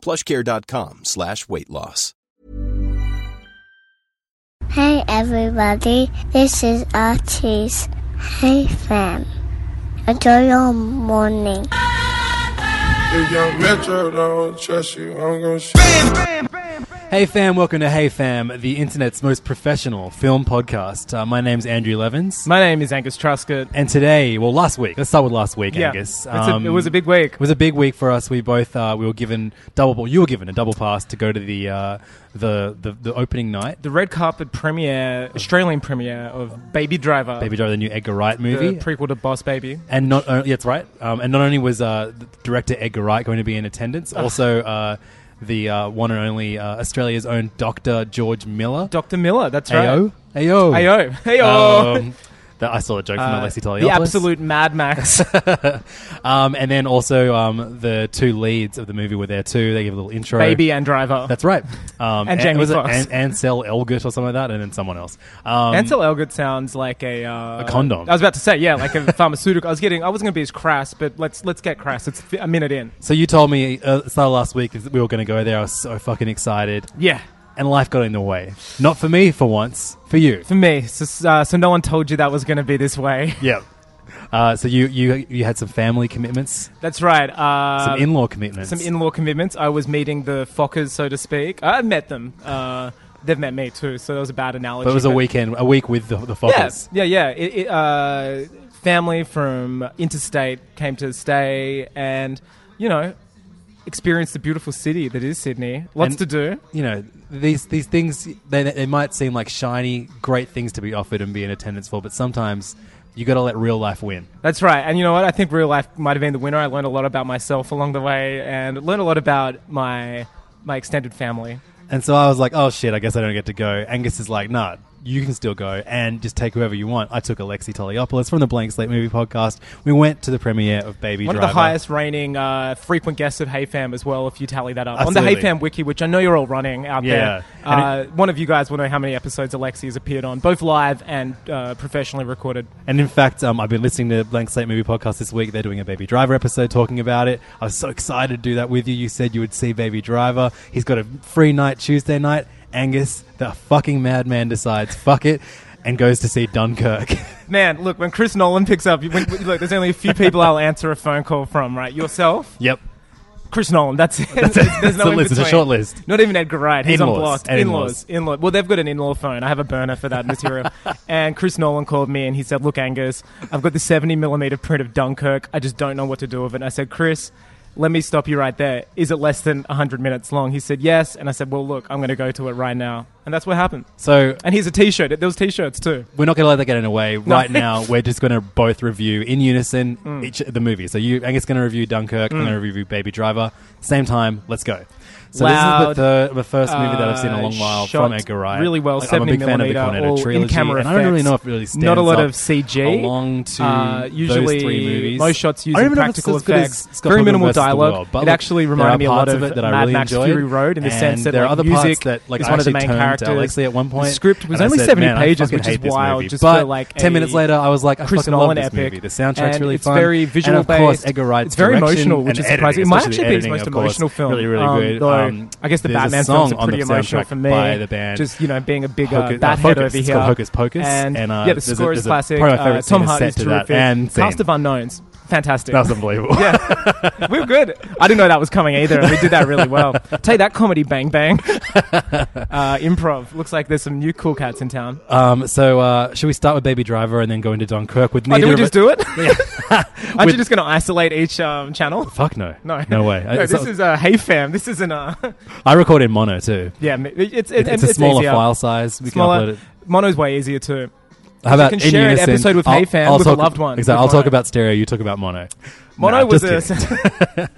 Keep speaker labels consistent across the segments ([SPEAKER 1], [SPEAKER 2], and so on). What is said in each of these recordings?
[SPEAKER 1] Plushcare.com slash weight loss.
[SPEAKER 2] Hey everybody, this is Artie's Hey Fam. Enjoy your morning.
[SPEAKER 3] If young Metro don't trust you, I'm gonna shoot.
[SPEAKER 4] Hey fam, welcome to Hey Fam, the internet's most professional film podcast. Uh, my name's Andrew Levins.
[SPEAKER 5] My name is Angus Truscott. um,
[SPEAKER 4] and today, well, last week, let's start with last week,
[SPEAKER 5] It's
[SPEAKER 4] Angus.
[SPEAKER 5] a- it was a big week.
[SPEAKER 4] It was a big week for us. We both uh, we were given double. Well, you were given a double pass to go to the uh, the, the the opening night,
[SPEAKER 5] The red carpet premiere, Australian premiere of Baby Driver,
[SPEAKER 4] Baby Driver, the new Edgar Wright
[SPEAKER 5] Uh, the
[SPEAKER 4] movie.
[SPEAKER 5] prequel to Boss Baby.
[SPEAKER 4] and not only, yeah, that's right. Um, and not only was uh, the director Edgar Wright going to be in attendance, also uh, the uh, one and only uh, Australia's own Doctor George Miller.
[SPEAKER 5] Dr. Miller, that's
[SPEAKER 4] Ayo,
[SPEAKER 5] right.
[SPEAKER 4] ayo,
[SPEAKER 5] Ayo. Ayo.
[SPEAKER 4] Um, that I saw the joke from
[SPEAKER 5] Uh,
[SPEAKER 4] Alexi Toliopoulos.
[SPEAKER 5] the absolute Mad Max.
[SPEAKER 4] um, and then also um, the two leads of the movie were there too. They gave a little intro.
[SPEAKER 5] Baby and Driver.
[SPEAKER 4] That's right. Um,
[SPEAKER 5] And Jamie
[SPEAKER 4] was it
[SPEAKER 5] Foxx.
[SPEAKER 4] An- Ansel Elgort or something like that, and then someone else. Um,
[SPEAKER 5] Ansel Elgort sounds like a uh,
[SPEAKER 4] A condom.
[SPEAKER 5] I was about to say, yeah, like a pharmaceutical. I was getting, I wasn't going to be as crass, but let's let's get crass. It's a minute in.
[SPEAKER 4] So you told me uh, at the start of last week that we were going to go there. I was so fucking excited,
[SPEAKER 5] Yeah,
[SPEAKER 4] and life got in the way. Not for me, for once. For you.
[SPEAKER 5] for me. So, uh, so no one told you that was going to be this way.
[SPEAKER 4] Yep. Uh, so you, you you had some family commitments,
[SPEAKER 5] That's right. Uh,
[SPEAKER 4] some in-law commitments.
[SPEAKER 5] some in-law commitments. I was meeting the Fockers, so to speak. I met them. Uh, they've met me too, so that was a bad analogy.
[SPEAKER 4] But it was a weekend, a week with the, the Fockers.
[SPEAKER 5] Yeah, yeah, yeah. It, it, uh, family from interstate came to stay, and you know, experience the beautiful city that is Sydney. Lots
[SPEAKER 4] And-
[SPEAKER 5] to do.
[SPEAKER 4] you know these these things they, they might seem like shiny great things to be offered and be in attendance for but sometimes you got to let real life win
[SPEAKER 5] That's right. And you know what? I think real life might have been the winner. I learned a lot about myself along the way, and learned a lot about my my extended family.
[SPEAKER 4] and so i was like oh shit i guess i don't get to go angus is like nah you can still go and just take whoever you want i took alexi toliopoulos from the blank slate movie podcast we went to the premiere of baby
[SPEAKER 5] One
[SPEAKER 4] driver
[SPEAKER 5] of the highest reigning uh, frequent guests at HeyFam as well, if you tally that up. On
[SPEAKER 4] Absolutely.
[SPEAKER 5] the HeyFam wiki, which I know you're all running out
[SPEAKER 4] Yeah.
[SPEAKER 5] there. Uh, one of you guys will know how many episodes Alexi has appeared on, both live and uh, professionally recorded.
[SPEAKER 4] and in fact um, i've been listening to blank slate movie podcast this week they're doing a baby driver episode talking about it i was so excited to do that with you you said you would see baby driver he's got a free night tuesday night angus the fucking madman decides fuck it and goes to see dunkirk
[SPEAKER 5] Man, look, when Chris Nolan picks up, you- when, look, there's only a few people I'll answer a phone call from, right? Yourself,
[SPEAKER 4] yep
[SPEAKER 5] Chris Nolan, that's it.
[SPEAKER 4] That's it. It's a
[SPEAKER 5] in
[SPEAKER 4] list. It's a
[SPEAKER 5] between.
[SPEAKER 4] short list.
[SPEAKER 5] Not even Edgar Wright. He's
[SPEAKER 4] In-laws.
[SPEAKER 5] on blocked.
[SPEAKER 4] And
[SPEAKER 5] in-laws.
[SPEAKER 4] in-laws.
[SPEAKER 5] In-law. Well, they've got an in-law phone. I have a burner for that material. and Chris Nolan called me and he said, "Look, Angus, I've got the 70 millimeter print of Dunkirk. I just don't know what to do with it." And I said, "Chris." Let me stop you right there. Is it less than 100 minutes long? He said yes, and I said, "Well, look, I'm going to go to it right now," and that's what happened.
[SPEAKER 4] so
[SPEAKER 5] And here's a T-shirt. There was T-shirts too.
[SPEAKER 4] we're not going to let that get in the way right now we're just going to both review in unison
[SPEAKER 5] Mm.
[SPEAKER 4] each the movie so you angus going to review dunkirk i'm going to review baby driver same time let's go so this is
[SPEAKER 5] Loud,
[SPEAKER 4] the, third, the first movie that I've seen in a long
[SPEAKER 5] uh,
[SPEAKER 4] while
[SPEAKER 5] shot
[SPEAKER 4] from Edgar Wright.
[SPEAKER 5] really well,
[SPEAKER 4] Like, I'm a
[SPEAKER 5] 70
[SPEAKER 4] big fan of the
[SPEAKER 5] millimeter,
[SPEAKER 4] Cornetto
[SPEAKER 5] all
[SPEAKER 4] trilogy,
[SPEAKER 5] in-camera
[SPEAKER 4] and I don't really
[SPEAKER 5] effects.
[SPEAKER 4] know if it really stands
[SPEAKER 5] Not a lot
[SPEAKER 4] up
[SPEAKER 5] of CG.
[SPEAKER 4] Along to
[SPEAKER 5] Uh,
[SPEAKER 4] those
[SPEAKER 5] usually
[SPEAKER 4] three movies,
[SPEAKER 5] most shots
[SPEAKER 4] I don't
[SPEAKER 5] using
[SPEAKER 4] even know if it's
[SPEAKER 5] practical
[SPEAKER 4] as good as
[SPEAKER 5] effects.
[SPEAKER 4] Scott
[SPEAKER 5] Very
[SPEAKER 4] Pilgrim
[SPEAKER 5] minimal
[SPEAKER 4] versus the
[SPEAKER 5] dialogue.
[SPEAKER 4] World, but
[SPEAKER 5] It
[SPEAKER 4] look,
[SPEAKER 5] actually
[SPEAKER 4] there are
[SPEAKER 5] reminded me a
[SPEAKER 4] parts
[SPEAKER 5] lot of
[SPEAKER 4] it that I
[SPEAKER 5] Mad
[SPEAKER 4] really
[SPEAKER 5] Max
[SPEAKER 4] enjoyed,
[SPEAKER 5] Fury Road in the
[SPEAKER 4] and
[SPEAKER 5] sense that,
[SPEAKER 4] there are
[SPEAKER 5] like,
[SPEAKER 4] other parts
[SPEAKER 5] music
[SPEAKER 4] that like
[SPEAKER 5] is
[SPEAKER 4] I
[SPEAKER 5] one of the
[SPEAKER 4] actually
[SPEAKER 5] main
[SPEAKER 4] turned to
[SPEAKER 5] characters.
[SPEAKER 4] Alexi at one
[SPEAKER 5] The
[SPEAKER 4] point.
[SPEAKER 5] script was
[SPEAKER 4] and I
[SPEAKER 5] only
[SPEAKER 4] said,
[SPEAKER 5] 70
[SPEAKER 4] "Man, I
[SPEAKER 5] pages,
[SPEAKER 4] fucking
[SPEAKER 5] which is
[SPEAKER 4] hate this
[SPEAKER 5] wild,
[SPEAKER 4] movie."
[SPEAKER 5] just
[SPEAKER 4] but
[SPEAKER 5] for, like,
[SPEAKER 4] ten
[SPEAKER 5] a
[SPEAKER 4] minutes later, I was like, "I
[SPEAKER 5] Chris
[SPEAKER 4] fucking love
[SPEAKER 5] Nolan
[SPEAKER 4] this
[SPEAKER 5] epic.
[SPEAKER 4] movie." The soundtrack's
[SPEAKER 5] And
[SPEAKER 4] really
[SPEAKER 5] it's
[SPEAKER 4] fun.
[SPEAKER 5] very visual
[SPEAKER 4] and of course,
[SPEAKER 5] based.
[SPEAKER 4] Edgar Wright's
[SPEAKER 5] It's very
[SPEAKER 4] direction
[SPEAKER 5] emotional, which
[SPEAKER 4] and
[SPEAKER 5] is
[SPEAKER 4] editing,
[SPEAKER 5] surprising. It might
[SPEAKER 4] especially
[SPEAKER 5] actually be his
[SPEAKER 4] editing,
[SPEAKER 5] most
[SPEAKER 4] of course,
[SPEAKER 5] emotional film.
[SPEAKER 4] Really, really
[SPEAKER 5] Um,
[SPEAKER 4] good.
[SPEAKER 5] though,
[SPEAKER 4] Um,
[SPEAKER 5] I guess the
[SPEAKER 4] there's a
[SPEAKER 5] Batman
[SPEAKER 4] song
[SPEAKER 5] films are
[SPEAKER 4] on the
[SPEAKER 5] pretty emotional
[SPEAKER 4] soundtrack
[SPEAKER 5] for me.
[SPEAKER 4] by the band.
[SPEAKER 5] Just you know, being a big uh,
[SPEAKER 4] Hocus-
[SPEAKER 5] bat
[SPEAKER 4] uh,
[SPEAKER 5] head
[SPEAKER 4] Focus.
[SPEAKER 5] over
[SPEAKER 4] It's
[SPEAKER 5] here.
[SPEAKER 4] called Hocus Pocus,
[SPEAKER 5] and,
[SPEAKER 4] and, uh,
[SPEAKER 5] yeah, the
[SPEAKER 4] there's a-
[SPEAKER 5] score
[SPEAKER 4] there's
[SPEAKER 5] is
[SPEAKER 4] a-
[SPEAKER 5] classic.
[SPEAKER 4] probably my
[SPEAKER 5] Uh, Tom
[SPEAKER 4] favourite scene is
[SPEAKER 5] Hardy's
[SPEAKER 4] set to that
[SPEAKER 5] terrific.
[SPEAKER 4] end scene.
[SPEAKER 5] Cast of unknowns, fantastic.
[SPEAKER 4] That was unbelievable.
[SPEAKER 5] yeah, we were good. I didn't know that was coming either, and we did that really well. Take that comedy, bang bang. Uh, improv looks like there's some new cool cats in town.
[SPEAKER 4] Um, so uh, should we start with Baby Driver and then go into Dunkirk with
[SPEAKER 5] Oh,
[SPEAKER 4] neither
[SPEAKER 5] did we
[SPEAKER 4] of
[SPEAKER 5] just
[SPEAKER 4] it-
[SPEAKER 5] do it? Aren't
[SPEAKER 4] With-
[SPEAKER 5] you just going to isolate each um, channel?
[SPEAKER 4] Fuck no.
[SPEAKER 5] No,
[SPEAKER 4] No way. I,
[SPEAKER 5] no, this
[SPEAKER 4] so-
[SPEAKER 5] is uh, hey fam. This isn't uh,
[SPEAKER 4] I record in mono too.
[SPEAKER 5] yeah. m- It's
[SPEAKER 4] It-
[SPEAKER 5] it,
[SPEAKER 4] it's a smaller
[SPEAKER 5] easier.
[SPEAKER 4] file size. We
[SPEAKER 5] Smaller-
[SPEAKER 4] can upload it.
[SPEAKER 5] Mono's way easier too.
[SPEAKER 4] How about
[SPEAKER 5] can
[SPEAKER 4] in
[SPEAKER 5] share an
[SPEAKER 4] unison,
[SPEAKER 5] episode with
[SPEAKER 4] I'll-
[SPEAKER 5] HeyFam
[SPEAKER 4] I'll
[SPEAKER 5] with a
[SPEAKER 4] talk-
[SPEAKER 5] loved one,
[SPEAKER 4] Exactly.
[SPEAKER 5] with
[SPEAKER 4] I'll talk
[SPEAKER 5] mono.
[SPEAKER 4] about stereo. You talk about mono.
[SPEAKER 5] Mono
[SPEAKER 4] Nah,
[SPEAKER 5] was
[SPEAKER 4] just
[SPEAKER 5] a
[SPEAKER 4] kidding.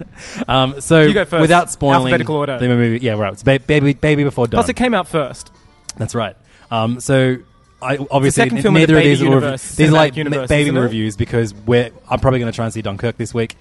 [SPEAKER 4] Um, so
[SPEAKER 5] You go first.
[SPEAKER 4] without spoiling
[SPEAKER 5] Alphabetical order.
[SPEAKER 4] the movie, yeah, right. It's ba- baby, baby before dawn.
[SPEAKER 5] plus it came out first.
[SPEAKER 4] That's right. Um, so I obviously
[SPEAKER 5] second
[SPEAKER 4] n-
[SPEAKER 5] film in
[SPEAKER 4] neither
[SPEAKER 5] the
[SPEAKER 4] of these
[SPEAKER 5] Baby
[SPEAKER 4] are
[SPEAKER 5] universe,
[SPEAKER 4] these are like
[SPEAKER 5] cinematic universe,
[SPEAKER 4] ma- baby
[SPEAKER 5] isn't it?
[SPEAKER 4] reviews because we're I'm probably going to try and see Dunkirk this week.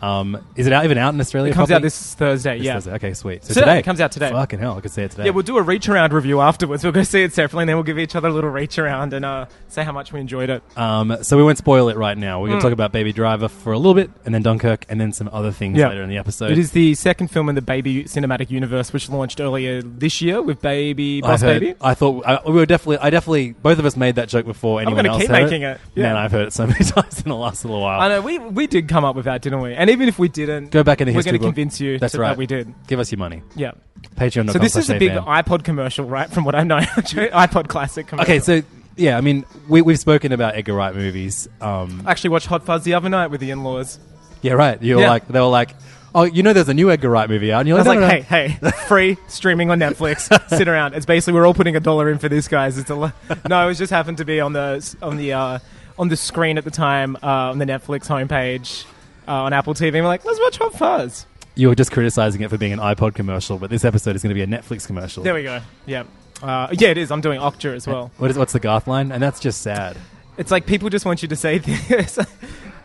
[SPEAKER 4] Um, is it out, even out in Australia?
[SPEAKER 5] It comes out
[SPEAKER 4] properly?
[SPEAKER 5] this Thursday.
[SPEAKER 4] This
[SPEAKER 5] yeah.
[SPEAKER 4] Thursday. Okay, sweet. So
[SPEAKER 5] Today.
[SPEAKER 4] today,
[SPEAKER 5] It comes out today.
[SPEAKER 4] Fucking hell, I could see it today.
[SPEAKER 5] Yeah, we'll do a reach around review afterwards. We'll go see it separately, and then we'll give each other a little reach around and uh, say how much we enjoyed it.
[SPEAKER 4] um, so we won't spoil it right now. We're
[SPEAKER 5] Hmm.
[SPEAKER 4] going to talk about Baby Driver for a little bit, and then Dunkirk, and then some other things
[SPEAKER 5] Yeah.
[SPEAKER 4] later in the episode.
[SPEAKER 5] It is the second film in the Baby cinematic universe, which launched earlier this year with Baby
[SPEAKER 4] I've
[SPEAKER 5] Boss
[SPEAKER 4] heard,
[SPEAKER 5] Baby.
[SPEAKER 4] I thought I, we were definitely. I definitely. Both of us made that joke before anyone
[SPEAKER 5] gonna
[SPEAKER 4] else.
[SPEAKER 5] keep
[SPEAKER 4] heard
[SPEAKER 5] making it. Yeah.
[SPEAKER 4] Man, I've heard it so many times in the last little while.
[SPEAKER 5] I know we we did come up with that, didn't we? And even if we didn't,
[SPEAKER 4] Go back in the
[SPEAKER 5] we're
[SPEAKER 4] history
[SPEAKER 5] going to
[SPEAKER 4] book.
[SPEAKER 5] convince you
[SPEAKER 4] That's
[SPEAKER 5] to-
[SPEAKER 4] right.
[SPEAKER 5] that we did.
[SPEAKER 4] Give us your money.
[SPEAKER 5] Yeah.
[SPEAKER 4] Patreon.
[SPEAKER 5] So this is a big iPod commercial, right? From what I know, iPod classic. Commercial.
[SPEAKER 4] Okay, so yeah, I mean, we, we've spoken about Edgar Wright movies. Um,
[SPEAKER 5] I actually watched Hot Fuzz the other night with the in-laws.
[SPEAKER 4] yeah, right. You were
[SPEAKER 5] Yeah.
[SPEAKER 4] like, they were like, oh, you know, there's a new Edgar Wright movie out, and you're
[SPEAKER 5] I
[SPEAKER 4] like,
[SPEAKER 5] was like,
[SPEAKER 4] "No, no,
[SPEAKER 5] hey,
[SPEAKER 4] no."
[SPEAKER 5] hey, free streaming on Netflix. Sit around. It's basically we're all putting a dollar in for this, guys. It's a lo- no. It was just happened to be on the on the uh, on the screen at the time uh, on the Netflix homepage uh, on Apple TV. And we're like, let's watch Hot Fuzz.
[SPEAKER 4] you were just criticizing it for being an iPod commercial, but this episode is going to be a Netflix commercial.
[SPEAKER 5] There we go. Yeah. Uh, yeah, it is. I'm doing Okja as well.
[SPEAKER 4] What is what's the Garth line? And that's just sad.
[SPEAKER 5] It's like people just want you to say things. uh,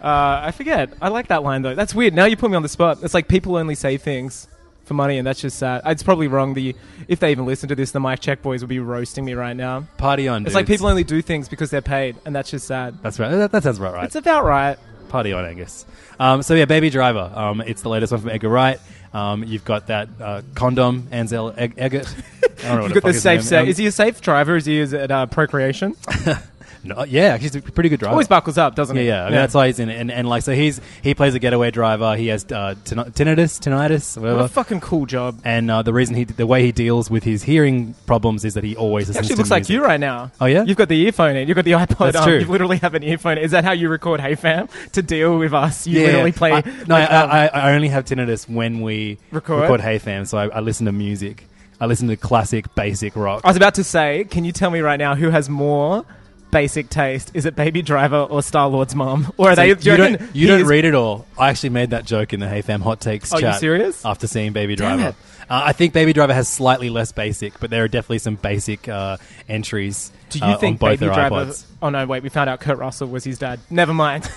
[SPEAKER 5] I forget. I like that line though. That's weird. Now you put me on the spot. It's like people only say things for money, and that's just sad. It's probably wrong. The if they even listen to this, the mic check boys would be roasting me right now.
[SPEAKER 4] Party on.
[SPEAKER 5] It's like
[SPEAKER 4] dudes.
[SPEAKER 5] people only do things because they're paid, and that's just sad.
[SPEAKER 4] That's right. That, that sounds about right.
[SPEAKER 5] It's about right.
[SPEAKER 4] Party on, Angus. Um, so yeah, Baby Driver. Um, it's the latest one from Edgar Wright. Um, you've got that uh, condom, Ansel Egg- Eggert. I don't know what
[SPEAKER 5] You've got
[SPEAKER 4] the fuck
[SPEAKER 5] the
[SPEAKER 4] his
[SPEAKER 5] safe
[SPEAKER 4] name-
[SPEAKER 5] set.
[SPEAKER 4] um,
[SPEAKER 5] Is he a safe driver? Is he is it uh, procreation?
[SPEAKER 4] Um, No, yeah, actually, he's a pretty good driver.
[SPEAKER 5] Always buckles up, doesn't
[SPEAKER 4] yeah,
[SPEAKER 5] he?
[SPEAKER 4] yeah. I mean, That's why he's in it. And, and like, so he's he plays a getaway driver. He has uh, tin- tinnitus, tinnitus,
[SPEAKER 5] what a
[SPEAKER 4] whatever.
[SPEAKER 5] fucking cool job.
[SPEAKER 4] And uh, the reason he, the way he deals with his hearing problems is that he always
[SPEAKER 5] He
[SPEAKER 4] listens
[SPEAKER 5] actually
[SPEAKER 4] to
[SPEAKER 5] looks like
[SPEAKER 4] music.
[SPEAKER 5] you right now.
[SPEAKER 4] Oh, yeah?
[SPEAKER 5] You've got the earphone in. You've got the iPod.
[SPEAKER 4] That's
[SPEAKER 5] on.
[SPEAKER 4] true.
[SPEAKER 5] You literally have an earphone. Is that how you record Hey Fam to deal with us? You
[SPEAKER 4] Yeah,
[SPEAKER 5] literally play.
[SPEAKER 4] I, no,
[SPEAKER 5] like, um,
[SPEAKER 4] I, I, I only have tinnitus when we
[SPEAKER 5] Record?
[SPEAKER 4] Hey Fam. So I, I listen to music. I listen to classic, basic rock.
[SPEAKER 5] I was about to say, can you tell me right now who has more basic taste? Is it Baby Driver or Star Lord's mom? Or are
[SPEAKER 4] So
[SPEAKER 5] they?
[SPEAKER 4] you
[SPEAKER 5] do you
[SPEAKER 4] don't,
[SPEAKER 5] reckon
[SPEAKER 4] you
[SPEAKER 5] he
[SPEAKER 4] don't
[SPEAKER 5] is-
[SPEAKER 4] read it all. I actually made that joke in the Hey Fam Hot Takes
[SPEAKER 5] Are you
[SPEAKER 4] chat.
[SPEAKER 5] serious?
[SPEAKER 4] After seeing Baby
[SPEAKER 5] Damn
[SPEAKER 4] Driver.
[SPEAKER 5] it.
[SPEAKER 4] Uh, I think Baby Driver has slightly less basic, but there are definitely some basic uh, entries
[SPEAKER 5] Do you
[SPEAKER 4] uh,
[SPEAKER 5] think
[SPEAKER 4] on
[SPEAKER 5] Baby
[SPEAKER 4] both their
[SPEAKER 5] Driver?
[SPEAKER 4] iPods.
[SPEAKER 5] Oh no, wait. We found out Kurt Russell was his dad. Never mind.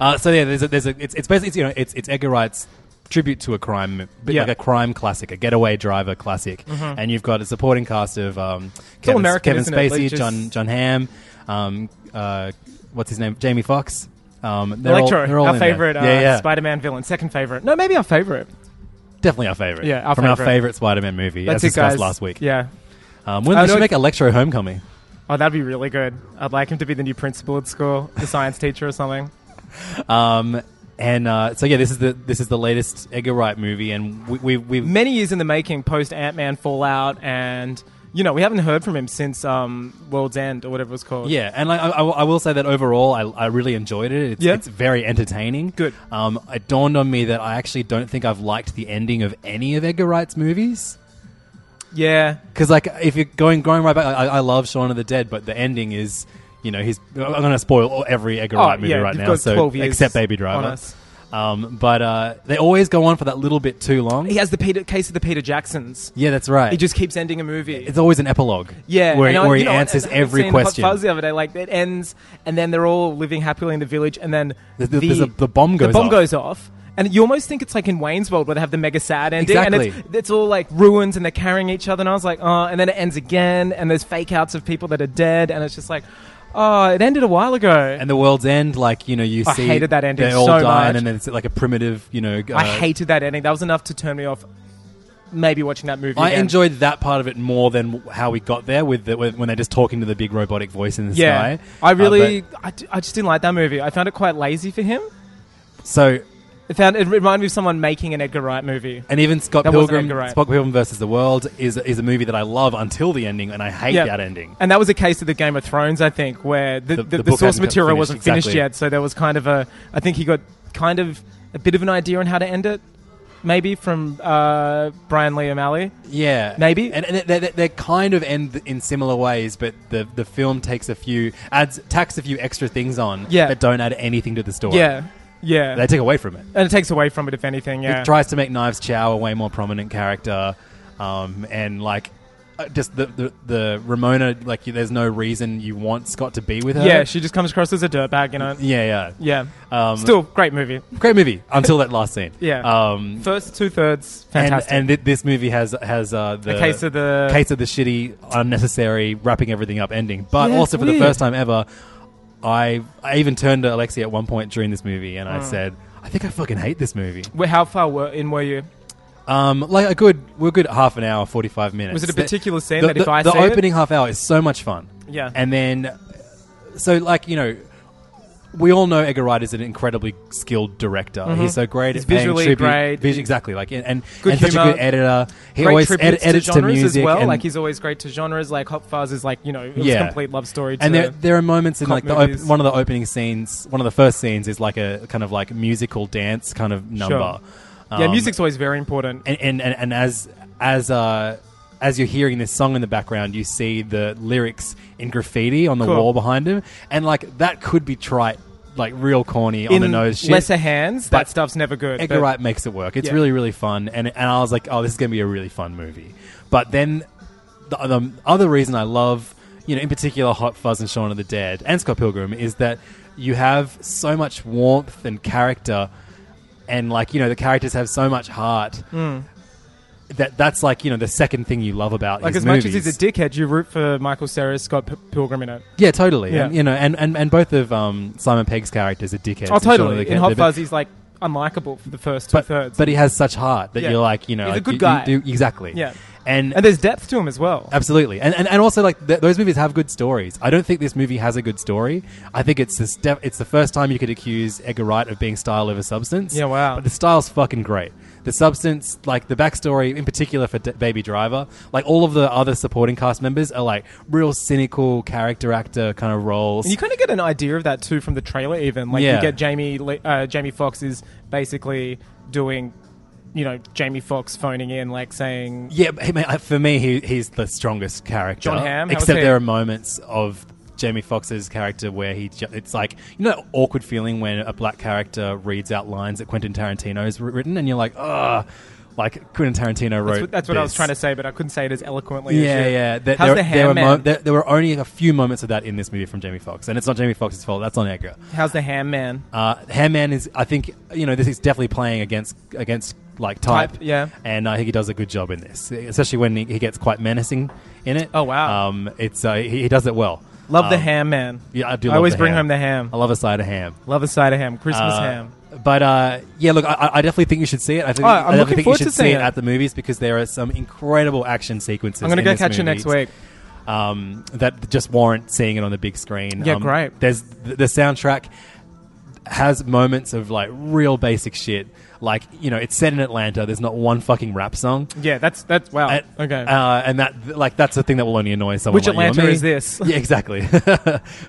[SPEAKER 4] Uh, so yeah, there's a, there's a, it's, it's basically it's, you know it's it's Edgar Wright's tribute to a crime, but
[SPEAKER 5] Yeah. Mm-hmm.
[SPEAKER 4] like a crime classic, a getaway driver classic, and you've got a supporting cast of um,
[SPEAKER 5] all
[SPEAKER 4] Kevin,
[SPEAKER 5] American,
[SPEAKER 4] Kevin
[SPEAKER 5] isn't it? Like,
[SPEAKER 4] Spacey,
[SPEAKER 5] just-
[SPEAKER 4] John John Hamm, um, uh, what's his name, Jamie Fox. Um, they're all-
[SPEAKER 5] Electro,
[SPEAKER 4] they're all
[SPEAKER 5] our
[SPEAKER 4] in there.
[SPEAKER 5] favorite uh,
[SPEAKER 4] yeah, yeah.
[SPEAKER 5] Spider-Man villain, second favorite. No, maybe our favorite.
[SPEAKER 4] definitely our favorite.
[SPEAKER 5] Yeah, our
[SPEAKER 4] from our
[SPEAKER 5] favorite.
[SPEAKER 4] favorite Spider-Man movie,
[SPEAKER 5] That's
[SPEAKER 4] as
[SPEAKER 5] it,
[SPEAKER 4] discussed
[SPEAKER 5] guys.
[SPEAKER 4] last week.
[SPEAKER 5] Yeah.
[SPEAKER 4] Um, when
[SPEAKER 5] I
[SPEAKER 4] they
[SPEAKER 5] know-
[SPEAKER 4] should make Electro Homecoming.
[SPEAKER 5] Oh, that'd be really good. I'd like him to be the new principal at school, the science teacher or something.
[SPEAKER 4] Um, and uh, so yeah, this is the this is the latest Edgar Wright movie, and we we, we
[SPEAKER 5] Many years in the making, post Ant Man Fallout, and you know we haven't heard from him since um, World's End or whatever it was called.
[SPEAKER 4] Yeah, and like, I, I, I will say that overall, I, I really enjoyed it. It's,
[SPEAKER 5] Yeah.
[SPEAKER 4] it's very entertaining.
[SPEAKER 5] Good.
[SPEAKER 4] Um, it dawned on me that I actually don't think I've liked the ending of any of Edgar Wright's movies.
[SPEAKER 5] yeah.
[SPEAKER 4] Because like, if you're going going right back, I, I love Shaun of the Dead, but the ending is, you know, he's I'm going to spoil all- every Edgar
[SPEAKER 5] Oh,
[SPEAKER 4] Wright movie
[SPEAKER 5] yeah,
[SPEAKER 4] right
[SPEAKER 5] you've
[SPEAKER 4] now,
[SPEAKER 5] got
[SPEAKER 4] so
[SPEAKER 5] 12 years
[SPEAKER 4] except Baby
[SPEAKER 5] on
[SPEAKER 4] Driver.
[SPEAKER 5] us.
[SPEAKER 4] Um, but uh, they always go on for that little bit too long.
[SPEAKER 5] He has the Peter, case of the Peter Jacksons.
[SPEAKER 4] Yeah, that's right.
[SPEAKER 5] He just keeps ending a movie.
[SPEAKER 4] it's always an epilogue.
[SPEAKER 5] Yeah,
[SPEAKER 4] where, he-
[SPEAKER 5] and I-
[SPEAKER 4] where
[SPEAKER 5] you
[SPEAKER 4] he
[SPEAKER 5] know,
[SPEAKER 4] answers
[SPEAKER 5] and- and I've
[SPEAKER 4] every
[SPEAKER 5] seen Hot
[SPEAKER 4] question.
[SPEAKER 5] Fuzz the other day, like it ends, and then they're all living happily in the village, and then
[SPEAKER 4] There's- there's a- the bomb
[SPEAKER 5] the
[SPEAKER 4] goes
[SPEAKER 5] bomb
[SPEAKER 4] off.
[SPEAKER 5] goes off, and you almost think it's like in Wayne's World where they have the mega sad ending, and it's,
[SPEAKER 4] Exactly.
[SPEAKER 5] it's all like ruins, and they're carrying each other, and I was like, oh, and then it ends again, and there's fake outs of people that are dead, and it's just like, oh, it ended a while ago.
[SPEAKER 4] and the world's end like you know you
[SPEAKER 5] I
[SPEAKER 4] see
[SPEAKER 5] hated that ending
[SPEAKER 4] they all
[SPEAKER 5] so
[SPEAKER 4] die
[SPEAKER 5] much.
[SPEAKER 4] and then it's like a primitive you know uh,
[SPEAKER 5] I hated that ending. That was enough to turn me off maybe watching that movie.
[SPEAKER 4] I
[SPEAKER 5] again.
[SPEAKER 4] enjoyed that part of it more than how we got there with the, with- when they're just talking to the big robotic voice in the
[SPEAKER 5] Yeah,
[SPEAKER 4] sky.
[SPEAKER 5] I
[SPEAKER 4] Uh,
[SPEAKER 5] really, I, d- I just didn't like that movie. I found it quite lazy for him.
[SPEAKER 4] but- so
[SPEAKER 5] It found it reminded me of someone making an Edgar Wright movie.
[SPEAKER 4] and even Scott
[SPEAKER 5] That wasn't
[SPEAKER 4] Pilgrim,
[SPEAKER 5] Edgar Wright.
[SPEAKER 4] Scott Pilgrim versus the World is is a movie that I love until the ending, and I hate
[SPEAKER 5] Yeah.
[SPEAKER 4] that ending.
[SPEAKER 5] And that was a case of the Game of Thrones, I think, where the,
[SPEAKER 4] The-
[SPEAKER 5] the,
[SPEAKER 4] the
[SPEAKER 5] the,
[SPEAKER 4] book
[SPEAKER 5] source
[SPEAKER 4] hadn't got
[SPEAKER 5] material
[SPEAKER 4] finished,
[SPEAKER 5] wasn't finished
[SPEAKER 4] exactly.
[SPEAKER 5] yet, so there was kind of a. I think he got kind of a bit of an idea on how to end it, maybe from uh, Brian Lee O'Malley.
[SPEAKER 4] Yeah,
[SPEAKER 5] Maybe.
[SPEAKER 4] And, and they, they, they kind of end in similar ways, but the the film takes a few adds tacks a few extra things on
[SPEAKER 5] Yeah.
[SPEAKER 4] that don't add anything to the story.
[SPEAKER 5] Yeah, yeah,
[SPEAKER 4] they take away from it.
[SPEAKER 5] and it takes away from it if anything. Yeah,
[SPEAKER 4] It tries to make Knives Chow a way more prominent character, um, and like. uh, Just the, the the Ramona, like you- there's no reason you want Scott to be with her.
[SPEAKER 5] yeah, she just comes across as a dirtbag, you know.
[SPEAKER 4] yeah, yeah.
[SPEAKER 5] Yeah,
[SPEAKER 4] Um,
[SPEAKER 5] still great movie.
[SPEAKER 4] great movie until that last scene.
[SPEAKER 5] Yeah.
[SPEAKER 4] um,
[SPEAKER 5] First two thirds,
[SPEAKER 4] and
[SPEAKER 5] fantastic.
[SPEAKER 4] and thi- this movie has has uh, the
[SPEAKER 5] the case of the
[SPEAKER 4] case of the shitty, unnecessary wrapping everything up ending. But
[SPEAKER 5] Yeah,
[SPEAKER 4] also
[SPEAKER 5] it's
[SPEAKER 4] for the
[SPEAKER 5] weird.
[SPEAKER 4] first time ever, I I even turned to Alexi at one point during this movie and
[SPEAKER 5] Hmm.
[SPEAKER 4] I said, I think I fucking hate this movie.
[SPEAKER 5] Wh- how far were, in were you?
[SPEAKER 4] Um, like a good, we're good half an hour, forty five minutes.
[SPEAKER 5] Was it a
[SPEAKER 4] The-
[SPEAKER 5] particular scene
[SPEAKER 4] the,
[SPEAKER 5] that if
[SPEAKER 4] the-
[SPEAKER 5] I
[SPEAKER 4] the
[SPEAKER 5] say it-
[SPEAKER 4] opening half hour is so much fun.
[SPEAKER 5] Yeah.
[SPEAKER 4] and then so like you know. We all know Edgar Wright is an incredibly skilled director. He's so great
[SPEAKER 5] Mm-hmm. He's
[SPEAKER 4] at paying
[SPEAKER 5] visually
[SPEAKER 4] tribute-
[SPEAKER 5] great.
[SPEAKER 4] vis- exactly. Like and, and,
[SPEAKER 5] Good
[SPEAKER 4] and such a
[SPEAKER 5] humor.
[SPEAKER 4] good editor. He
[SPEAKER 5] great
[SPEAKER 4] always ed-
[SPEAKER 5] tributes
[SPEAKER 4] edits
[SPEAKER 5] to genres
[SPEAKER 4] music
[SPEAKER 5] as well.
[SPEAKER 4] and-
[SPEAKER 5] like he's always great to genres. Like Hop Fuzz is like you know it was
[SPEAKER 4] Yeah.
[SPEAKER 5] a complete love story. To
[SPEAKER 4] and there, there are moments in
[SPEAKER 5] cop
[SPEAKER 4] like the op-
[SPEAKER 5] movies.
[SPEAKER 4] one of the opening scenes one of the first scenes is like a kind of like musical dance kind of number
[SPEAKER 5] yeah,
[SPEAKER 4] Um,
[SPEAKER 5] music's always very important.
[SPEAKER 4] and, and, and, and as as uh as you're hearing this song in the background, you see the lyrics in graffiti on the
[SPEAKER 5] Cool.
[SPEAKER 4] wall behind him, and like that could be trite, like real corny on
[SPEAKER 5] in
[SPEAKER 4] the nose. Shit.
[SPEAKER 5] lesser hands,
[SPEAKER 4] But
[SPEAKER 5] that stuff's never good.
[SPEAKER 4] Edgar
[SPEAKER 5] but-
[SPEAKER 4] Wright makes it work. It's
[SPEAKER 5] Yeah.
[SPEAKER 4] really really fun, and and I was like, oh, this is going to be a really fun movie. But then the, the other reason I love, you know, in particular, Hot Fuzz and Shaun of the Dead and Scott Pilgrim is that you have so much warmth and character, and like you know, the characters have so much heart.
[SPEAKER 5] Hmm.
[SPEAKER 4] That that's like you know the second thing you love about
[SPEAKER 5] Like
[SPEAKER 4] his
[SPEAKER 5] as much as
[SPEAKER 4] movies.
[SPEAKER 5] he's a dickhead, you root for Michael Cera's Scott P- Pilgrim in it.
[SPEAKER 4] yeah totally
[SPEAKER 5] Yeah.
[SPEAKER 4] And, you know and, and, and both of um, Simon Pegg's characters are dickheads
[SPEAKER 5] Oh,
[SPEAKER 4] in Shaun of the
[SPEAKER 5] totally. In
[SPEAKER 4] Dead.
[SPEAKER 5] Hot
[SPEAKER 4] They're-
[SPEAKER 5] Fuzz, he's like unlikable for the first two
[SPEAKER 4] but,
[SPEAKER 5] thirds.
[SPEAKER 4] but he has such heart that
[SPEAKER 5] Yeah.
[SPEAKER 4] you're like, you know,
[SPEAKER 5] He's a
[SPEAKER 4] like,
[SPEAKER 5] good
[SPEAKER 4] you- you
[SPEAKER 5] guy.
[SPEAKER 4] do- exactly.
[SPEAKER 5] Yeah.
[SPEAKER 4] And,
[SPEAKER 5] and there's depth to him as well.
[SPEAKER 4] absolutely. And, and and also like th- those movies have good stories. I don't think this movie has a good story. I think it's the step. It's the first time you could accuse Edgar Wright of being style over substance.
[SPEAKER 5] Yeah, wow.
[SPEAKER 4] But the style's fucking great. The substance, like the backstory, in particular for D- Baby Driver, like all of the other supporting cast members are like real cynical character actor kind of roles.
[SPEAKER 5] And you kind of get an idea of that too from the trailer, even like
[SPEAKER 4] Yeah.
[SPEAKER 5] you get Jamie Le- uh, Jamie Fox is basically doing, you know, Jamie Fox phoning in, like saying,
[SPEAKER 4] Yeah, but he- mate, I- for me, he, he's the strongest character.
[SPEAKER 5] John Hamm? How was
[SPEAKER 4] Except
[SPEAKER 5] he?
[SPEAKER 4] there are moments of Jamie Foxx's character where he ju- it's like you know that awkward feeling when a black character reads out lines that Quentin Tarantino's wr- written, and you're like, ugh, like Quentin Tarantino wrote.
[SPEAKER 5] That's what, that's what I was
[SPEAKER 4] this."
[SPEAKER 5] trying to say, but I couldn't say it as eloquently.
[SPEAKER 4] Yeah,
[SPEAKER 5] as you.
[SPEAKER 4] yeah. There,
[SPEAKER 5] How's
[SPEAKER 4] there-
[SPEAKER 5] the
[SPEAKER 4] there
[SPEAKER 5] ham
[SPEAKER 4] were mo-
[SPEAKER 5] man?
[SPEAKER 4] there, there were only a few moments of that in this movie from Jamie Foxx, and it's not Jamie Foxx's fault. That's on Edgar.
[SPEAKER 5] How's the ham man?
[SPEAKER 4] Uh, Hairman is, I think, you know, this is definitely playing against against like type.
[SPEAKER 5] Type, yeah.
[SPEAKER 4] And I think he does a good job in this, especially when he, he gets quite menacing in it.
[SPEAKER 5] Oh, wow.
[SPEAKER 4] Um, it's uh, he, he does it well.
[SPEAKER 5] Love the
[SPEAKER 4] Um,
[SPEAKER 5] ham man.
[SPEAKER 4] Yeah, I do.
[SPEAKER 5] I
[SPEAKER 4] love
[SPEAKER 5] always
[SPEAKER 4] the
[SPEAKER 5] bring
[SPEAKER 4] ham.
[SPEAKER 5] home the ham.
[SPEAKER 4] I love a side of ham.
[SPEAKER 5] Love a side of ham. Christmas
[SPEAKER 4] Uh,
[SPEAKER 5] ham.
[SPEAKER 4] But uh, yeah, look, I- I, I definitely think you should see it. I think
[SPEAKER 5] Oh, I'm
[SPEAKER 4] I definitely
[SPEAKER 5] looking
[SPEAKER 4] think you
[SPEAKER 5] forward
[SPEAKER 4] should
[SPEAKER 5] to
[SPEAKER 4] see
[SPEAKER 5] seeing
[SPEAKER 4] it
[SPEAKER 5] it.
[SPEAKER 4] at the movies because there are some incredible action sequences.
[SPEAKER 5] I'm gonna
[SPEAKER 4] in
[SPEAKER 5] go
[SPEAKER 4] this
[SPEAKER 5] catch it
[SPEAKER 4] movie
[SPEAKER 5] next week.
[SPEAKER 4] um, that just warrant seeing it on the big screen.
[SPEAKER 5] Yeah,
[SPEAKER 4] um,
[SPEAKER 5] great.
[SPEAKER 4] There's the, the soundtrack has moments of like real basic shit. Like you know, it's set in Atlanta. There's not one fucking rap song.
[SPEAKER 5] Yeah, that's that's wow.
[SPEAKER 4] And-
[SPEAKER 5] Oh, okay.
[SPEAKER 4] uh, and that like that's the thing that will only annoy someone.
[SPEAKER 5] Which
[SPEAKER 4] like you or
[SPEAKER 5] Atlanta
[SPEAKER 4] me.
[SPEAKER 5] is this?
[SPEAKER 4] Yeah, exactly.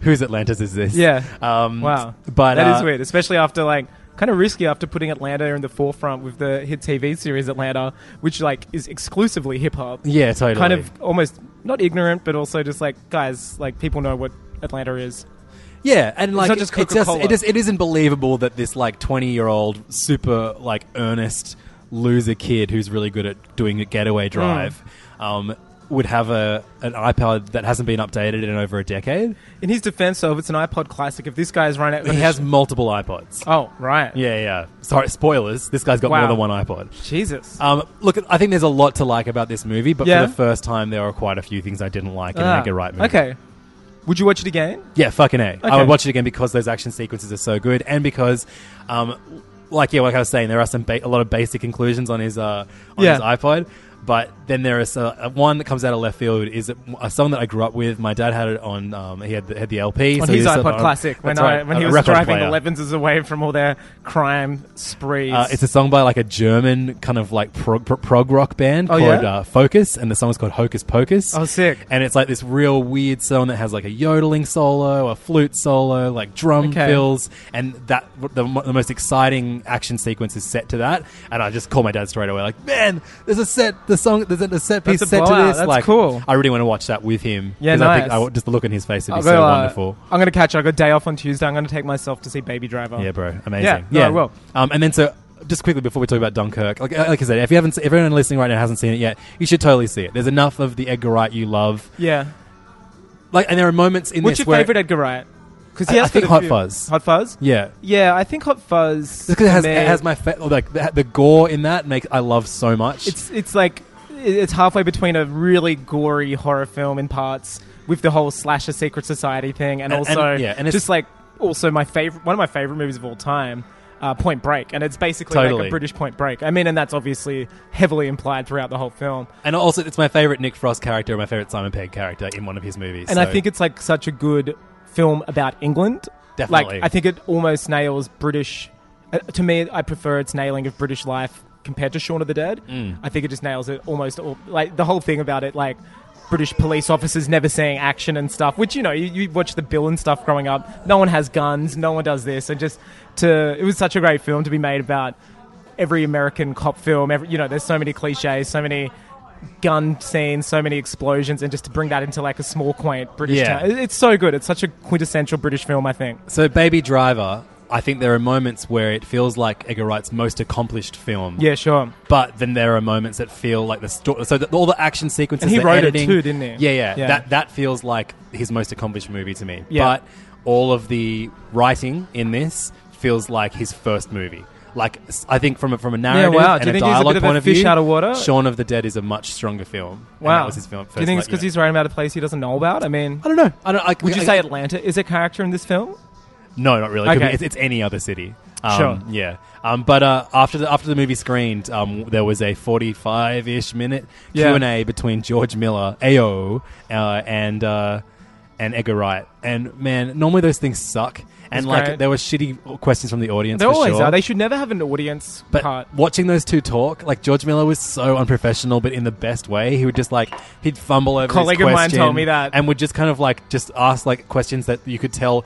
[SPEAKER 4] Whose Atlantis is this?
[SPEAKER 5] yeah.
[SPEAKER 4] Um,
[SPEAKER 5] wow.
[SPEAKER 4] But
[SPEAKER 5] that is
[SPEAKER 4] uh,
[SPEAKER 5] weird, especially after like kind of risky after putting Atlanta in the forefront with the hit TV series Atlanta, which like is exclusively hip hop.
[SPEAKER 4] Yeah, totally.
[SPEAKER 5] Kind of almost not ignorant, but also just like guys, like people know what Atlanta is.
[SPEAKER 4] Yeah, and like
[SPEAKER 5] not just
[SPEAKER 4] it- it's just,
[SPEAKER 5] Coca-Cola.
[SPEAKER 4] it just it isn't believable that this like twenty year old super like earnest loser kid who's really good at doing a
[SPEAKER 5] Hmm.
[SPEAKER 4] getaway drive um, would have a an iPod that hasn't been updated in over a decade.
[SPEAKER 5] In his defense, though, if it's an iPod classic, if this guy's running,
[SPEAKER 4] He has multiple iPods.
[SPEAKER 5] Oh right.
[SPEAKER 4] Yeah, yeah. Sorry, spoilers. This guy's got
[SPEAKER 5] Wow.
[SPEAKER 4] more than one iPod.
[SPEAKER 5] Jesus.
[SPEAKER 4] Um, look, I think there's a lot to like about this movie, but
[SPEAKER 5] Yeah?
[SPEAKER 4] for the first time, there are quite a few things I didn't like in
[SPEAKER 5] Ah,
[SPEAKER 4] an Edgar Wright movie.
[SPEAKER 5] Okay. Would you watch it again?
[SPEAKER 4] Yeah, fucking A. I
[SPEAKER 5] Okay.
[SPEAKER 4] would watch it again because those action sequences are so good, and because, um, like yeah, like I was saying, there are some ba- a lot of basic inclusions on his uh, on
[SPEAKER 5] Yeah.
[SPEAKER 4] his iPod. But then there is uh, a, a- one that comes out of left field is a, a song that I grew up with. My dad had it on. Um, he had the, had the LP
[SPEAKER 5] on
[SPEAKER 4] so he
[SPEAKER 5] his
[SPEAKER 4] just-
[SPEAKER 5] iPod
[SPEAKER 4] on-
[SPEAKER 5] Classic when
[SPEAKER 4] that's
[SPEAKER 5] I
[SPEAKER 4] right,
[SPEAKER 5] when
[SPEAKER 4] a
[SPEAKER 5] he was
[SPEAKER 4] record
[SPEAKER 5] driving
[SPEAKER 4] player.
[SPEAKER 5] Levenses away from all their crime sprees.
[SPEAKER 4] Uh, it's a song by like a German kind of like prog, pro- prog rock band
[SPEAKER 5] Oh,
[SPEAKER 4] called
[SPEAKER 5] yeah?
[SPEAKER 4] uh, Focus, and the song's called Hocus Pocus.
[SPEAKER 5] Oh, sick.
[SPEAKER 4] And it's like this real weird song that has like a yodeling solo, a flute solo, like drum
[SPEAKER 5] Okay.
[SPEAKER 4] fills, and that the, mo- the most exciting action sequence is set to that. And I just call my dad straight away, like, man, there's a set, the song, there's a, the set
[SPEAKER 5] That's
[SPEAKER 4] piece
[SPEAKER 5] a
[SPEAKER 4] set to
[SPEAKER 5] blowout.
[SPEAKER 4] this.
[SPEAKER 5] That's
[SPEAKER 4] like,
[SPEAKER 5] cool.
[SPEAKER 4] I really want to watch that with him.
[SPEAKER 5] Yeah,
[SPEAKER 4] 'Cause I think
[SPEAKER 5] nice.
[SPEAKER 4] I w just the look on his face would be
[SPEAKER 5] I'll
[SPEAKER 4] so
[SPEAKER 5] go, uh,
[SPEAKER 4] wonderful.
[SPEAKER 5] I'm gonna catch. I got day off on Tuesday. I'm gonna take myself to see Baby Driver.
[SPEAKER 4] Yeah, bro, amazing.
[SPEAKER 5] Yeah, no, I will.
[SPEAKER 4] Um, and then so. Just quickly before we talk about Dunkirk, like, uh, like I said, if you haven't, se- if everyone listening right now hasn't seen it yet, you should totally see it. There's enough of the Edgar Wright you love,
[SPEAKER 5] Yeah.
[SPEAKER 4] like, and there are moments in
[SPEAKER 5] What's
[SPEAKER 4] this
[SPEAKER 5] your
[SPEAKER 4] where,
[SPEAKER 5] favorite Edgar Wright? Because
[SPEAKER 4] I- I think Hot Fuzz.
[SPEAKER 5] Hot Fuzz.
[SPEAKER 4] yeah,
[SPEAKER 5] Yeah, I think Hot Fuzz.
[SPEAKER 4] because it has,
[SPEAKER 5] for me,
[SPEAKER 4] it has my fa- oh, like the, the gore in that makes I love so much.
[SPEAKER 5] It's it's like it's halfway between a really gory horror film in parts with the whole slasher secret society thing, and,
[SPEAKER 4] And- and-
[SPEAKER 5] also
[SPEAKER 4] yeah, and it's-
[SPEAKER 5] just like also my favorite one of my favorite movies of all time. Uh, point Break, and it's basically like
[SPEAKER 4] Totally.
[SPEAKER 5] a British Point Break. I mean, and that's obviously heavily implied throughout the whole film.
[SPEAKER 4] and also it's my favorite Nick Frost character, my favorite Simon Pegg character in one of his movies.
[SPEAKER 5] And I
[SPEAKER 4] so-
[SPEAKER 5] think it's like such a good film about England.
[SPEAKER 4] Definitely.
[SPEAKER 5] Like I think it almost nails British. Uh, to me, I prefer its nailing of British life compared to Shaun of the Dead.
[SPEAKER 4] Mm.
[SPEAKER 5] I think it just nails it almost all. Like the whole thing about it, like. British police officers never seeing action and stuff, which you know you, you watch the Bill and stuff growing up. No one has guns, no one does this, and just to it was such a great film to be made about every American cop film. Every, you know, there's so many cliches, so many gun scenes, so many explosions, and just to bring that into like a small, quaint British
[SPEAKER 4] Yeah.
[SPEAKER 5] town. It- It's so good. It's such a quintessential British film, I think.
[SPEAKER 4] So, Baby Driver, I think there are moments where it feels like Edgar Wright's most accomplished film.
[SPEAKER 5] Yeah, sure.
[SPEAKER 4] But then there are moments that feel like the story. So the, all the action sequences,
[SPEAKER 5] And he
[SPEAKER 4] the
[SPEAKER 5] wrote it
[SPEAKER 4] editing,
[SPEAKER 5] too, didn't he?
[SPEAKER 4] Yeah, yeah,
[SPEAKER 5] Yeah.
[SPEAKER 4] That that feels like his most accomplished movie to me.
[SPEAKER 5] Yeah.
[SPEAKER 4] But all of the writing in this feels like his first movie. Like s- I think from a, from a narrative
[SPEAKER 5] wow. Do
[SPEAKER 4] and
[SPEAKER 5] you
[SPEAKER 4] a
[SPEAKER 5] think he's a
[SPEAKER 4] dialogue
[SPEAKER 5] bit of a
[SPEAKER 4] point of
[SPEAKER 5] fish
[SPEAKER 4] view,
[SPEAKER 5] out of water?
[SPEAKER 4] Shaun of the Dead is a much stronger film. And
[SPEAKER 5] Wow.
[SPEAKER 4] that was his film. First,
[SPEAKER 5] Do you think it's
[SPEAKER 4] like,
[SPEAKER 5] because
[SPEAKER 4] know.
[SPEAKER 5] he's writing about a place he doesn't know about? I mean,
[SPEAKER 4] I don't know. I don't. I,
[SPEAKER 5] would you
[SPEAKER 4] I-
[SPEAKER 5] say Atlanta is a character in this film?
[SPEAKER 4] No, not really. It could
[SPEAKER 5] Okay.
[SPEAKER 4] be- it's, it's any other city. Um,
[SPEAKER 5] Sure.
[SPEAKER 4] Yeah. Um, but uh, after the after the movie screened, um, there was a forty five ish minute
[SPEAKER 5] Yeah.
[SPEAKER 4] Q and A between George Miller, AO, uh, and uh, and Edgar Wright. And man, normally those things suck.
[SPEAKER 5] That's
[SPEAKER 4] And like
[SPEAKER 5] great.
[SPEAKER 4] there were shitty questions from the audience.
[SPEAKER 5] They
[SPEAKER 4] for
[SPEAKER 5] always
[SPEAKER 4] sure.
[SPEAKER 5] are. They should never have an audience
[SPEAKER 4] But
[SPEAKER 5] part.
[SPEAKER 4] watching those two talk, like George Miller was so unprofessional, but in the best way. He would just like he'd fumble over.
[SPEAKER 5] Colleague
[SPEAKER 4] his
[SPEAKER 5] of mine
[SPEAKER 4] question
[SPEAKER 5] told me that.
[SPEAKER 4] and would just kind of like just ask like questions that you could tell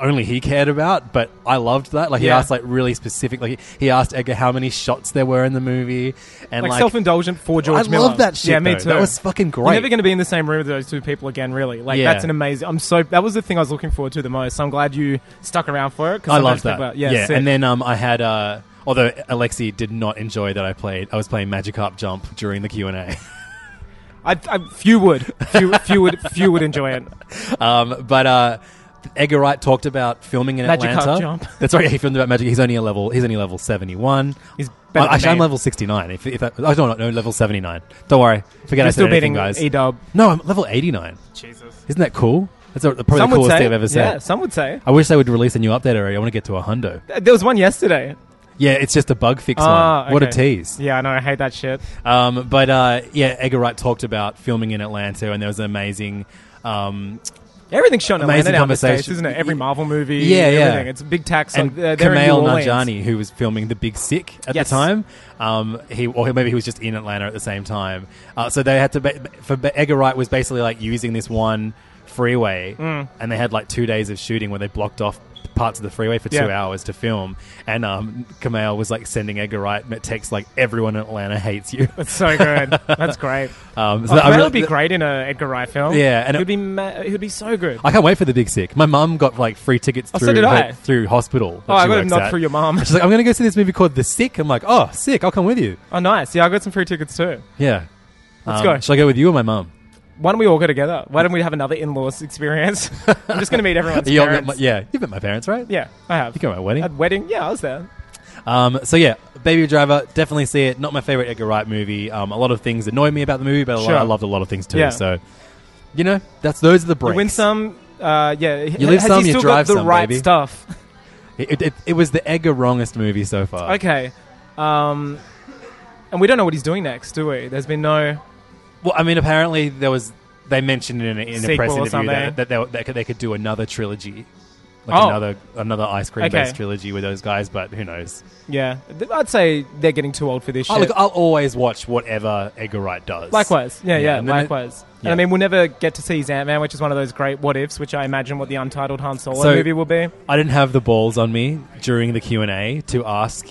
[SPEAKER 4] only he cared about. But I loved that. Like he
[SPEAKER 5] Yeah.
[SPEAKER 4] asked like really specific. Like he asked Edgar how many shots there were in the movie, and
[SPEAKER 5] Like,
[SPEAKER 4] like,
[SPEAKER 5] self-indulgent for George
[SPEAKER 4] I
[SPEAKER 5] Miller.
[SPEAKER 4] love that shit.
[SPEAKER 5] Yeah, me
[SPEAKER 4] though.
[SPEAKER 5] too.
[SPEAKER 4] That was fucking great.
[SPEAKER 5] You're never going to be in the same room with those two people again, really. Like
[SPEAKER 4] Yeah.
[SPEAKER 5] that's an amazing. I'm so that was the thing I was looking forward to the most. So I'm glad you stuck around for it. 'cause
[SPEAKER 4] I
[SPEAKER 5] sometimes
[SPEAKER 4] love that.
[SPEAKER 5] people are- yeah, sick.
[SPEAKER 4] and then um, I had. Uh, although Alexi did not enjoy that I played, I was playing Magikarp Jump during the Q and A.
[SPEAKER 5] I, I, few would, few, few would, few would enjoy it.
[SPEAKER 4] Um, but uh, Edgar Wright talked about filming in
[SPEAKER 5] Magic
[SPEAKER 4] Atlanta.
[SPEAKER 5] Hop Jump.
[SPEAKER 4] That's right. He filmed about magic. He's only a level. He's only level seventy one.
[SPEAKER 5] He's better
[SPEAKER 4] Well,
[SPEAKER 5] than
[SPEAKER 4] actually, I'm
[SPEAKER 5] me.
[SPEAKER 4] level sixty nine. If, if that, I don't know, level seventy nine. Don't worry.
[SPEAKER 5] You're
[SPEAKER 4] Forget I said
[SPEAKER 5] still beating
[SPEAKER 4] anything, guys.
[SPEAKER 5] E Dub.
[SPEAKER 4] no, I'm level eighty nine.
[SPEAKER 5] Jesus.
[SPEAKER 4] Isn't that cool? That's a, probably
[SPEAKER 5] Some
[SPEAKER 4] the
[SPEAKER 5] would
[SPEAKER 4] coolest
[SPEAKER 5] say,
[SPEAKER 4] thing I've ever said.
[SPEAKER 5] Yeah, some would say.
[SPEAKER 4] I wish they would release a new update already. I want to get to a hundo.
[SPEAKER 5] Uh, There was one yesterday.
[SPEAKER 4] Yeah, it's just a bug fix
[SPEAKER 5] Ah,
[SPEAKER 4] one. What a
[SPEAKER 5] okay.
[SPEAKER 4] tease.
[SPEAKER 5] Yeah, I know. I hate that shit.
[SPEAKER 4] Um, but uh, yeah, Edgar Wright talked about filming in Atlanta, and there was an amazing um,
[SPEAKER 5] Everything's shot in
[SPEAKER 4] Amazing
[SPEAKER 5] Atlanta now these days,
[SPEAKER 4] conversation.
[SPEAKER 5] isn't it? Every Marvel movie.
[SPEAKER 4] Yeah, yeah.
[SPEAKER 5] Everything. It's a big tax.
[SPEAKER 4] and
[SPEAKER 5] on, uh, they're in
[SPEAKER 4] Kamal
[SPEAKER 5] New Orleans.
[SPEAKER 4] Nanjani, who was filming The Big Sick at
[SPEAKER 5] Yes.
[SPEAKER 4] the time, um, he or maybe he was just in Atlanta at the same time. Uh, so they had to ba- for ba- Edgar Wright was basically like using this one freeway,
[SPEAKER 5] Mm.
[SPEAKER 4] and they had like two days of shooting where they blocked off parts of the freeway for two
[SPEAKER 5] Yeah.
[SPEAKER 4] hours to film. And um, Kamal was like sending Edgar Wright texts like everyone in Atlanta hates you.
[SPEAKER 5] That's so good. That's great.
[SPEAKER 4] Um,
[SPEAKER 5] So
[SPEAKER 4] I really-
[SPEAKER 5] Oh, would be great in a Edgar Wright film.
[SPEAKER 4] Yeah,
[SPEAKER 5] it
[SPEAKER 4] and it-
[SPEAKER 5] would be ma- it would be so good.
[SPEAKER 4] I can't wait for the Big Sick. My mum got like free tickets
[SPEAKER 5] Oh, so
[SPEAKER 4] through
[SPEAKER 5] did
[SPEAKER 4] her-
[SPEAKER 5] I.
[SPEAKER 4] through hospital. that
[SPEAKER 5] Oh, I
[SPEAKER 4] she
[SPEAKER 5] would have
[SPEAKER 4] works
[SPEAKER 5] not
[SPEAKER 4] at.
[SPEAKER 5] through your mom.
[SPEAKER 4] She's like, I'm going to go see this movie called The Sick. I'm like, oh, sick! I'll come with you.
[SPEAKER 5] Oh, nice. Yeah, I got some free tickets too.
[SPEAKER 4] Yeah. Um,
[SPEAKER 5] Let's go.
[SPEAKER 4] Shall I go with you or my mum?
[SPEAKER 5] Why don't we all go together? Why don't we have another in-laws experience? I'm just going to meet everyone's
[SPEAKER 4] You all met
[SPEAKER 5] parents.
[SPEAKER 4] my- yeah, you've met my parents, right?
[SPEAKER 5] Yeah, I have.
[SPEAKER 4] You go to my wedding.
[SPEAKER 5] At wedding, yeah, I was there.
[SPEAKER 4] Um, so yeah, Baby Driver, definitely see it. Not my favorite Edgar Wright movie. Um, a lot of things annoy me about the movie, but a lot-
[SPEAKER 5] Sure.
[SPEAKER 4] I loved a lot of things too.
[SPEAKER 5] Yeah.
[SPEAKER 4] So, you know, that's those are the breaks.
[SPEAKER 5] You win some, uh, yeah.
[SPEAKER 4] You leave
[SPEAKER 5] Has
[SPEAKER 4] some,
[SPEAKER 5] he
[SPEAKER 4] you
[SPEAKER 5] still
[SPEAKER 4] drive
[SPEAKER 5] got the
[SPEAKER 4] some,
[SPEAKER 5] right
[SPEAKER 4] baby.
[SPEAKER 5] stuff?
[SPEAKER 4] Uh. It, it, it was the Edgar wrongest movie so far.
[SPEAKER 5] Okay. Um, And we don't know what he's doing next, do we? There's been no.
[SPEAKER 4] Well, I mean, apparently there was. They mentioned in a, in a
[SPEAKER 5] Sequel
[SPEAKER 4] press
[SPEAKER 5] or
[SPEAKER 4] interview that,
[SPEAKER 5] something.
[SPEAKER 4] that they, that they could do another trilogy, like
[SPEAKER 5] Oh.
[SPEAKER 4] another another ice cream based
[SPEAKER 5] Okay.
[SPEAKER 4] trilogy with those guys. But who knows?
[SPEAKER 5] Yeah, Th- I'd say they're getting too old for this
[SPEAKER 4] Oh,
[SPEAKER 5] shit.
[SPEAKER 4] look, I'll always watch whatever Edgar Wright does.
[SPEAKER 5] likewise, yeah, yeah,
[SPEAKER 4] and then it-
[SPEAKER 5] likewise.
[SPEAKER 4] yeah.
[SPEAKER 5] And I mean, we'll never get to see his Ant Man, which is one of those great what ifs, which I imagine what the untitled Han Solo
[SPEAKER 4] So-
[SPEAKER 5] movie will be.
[SPEAKER 4] I didn't have the balls on me during the Q and A to ask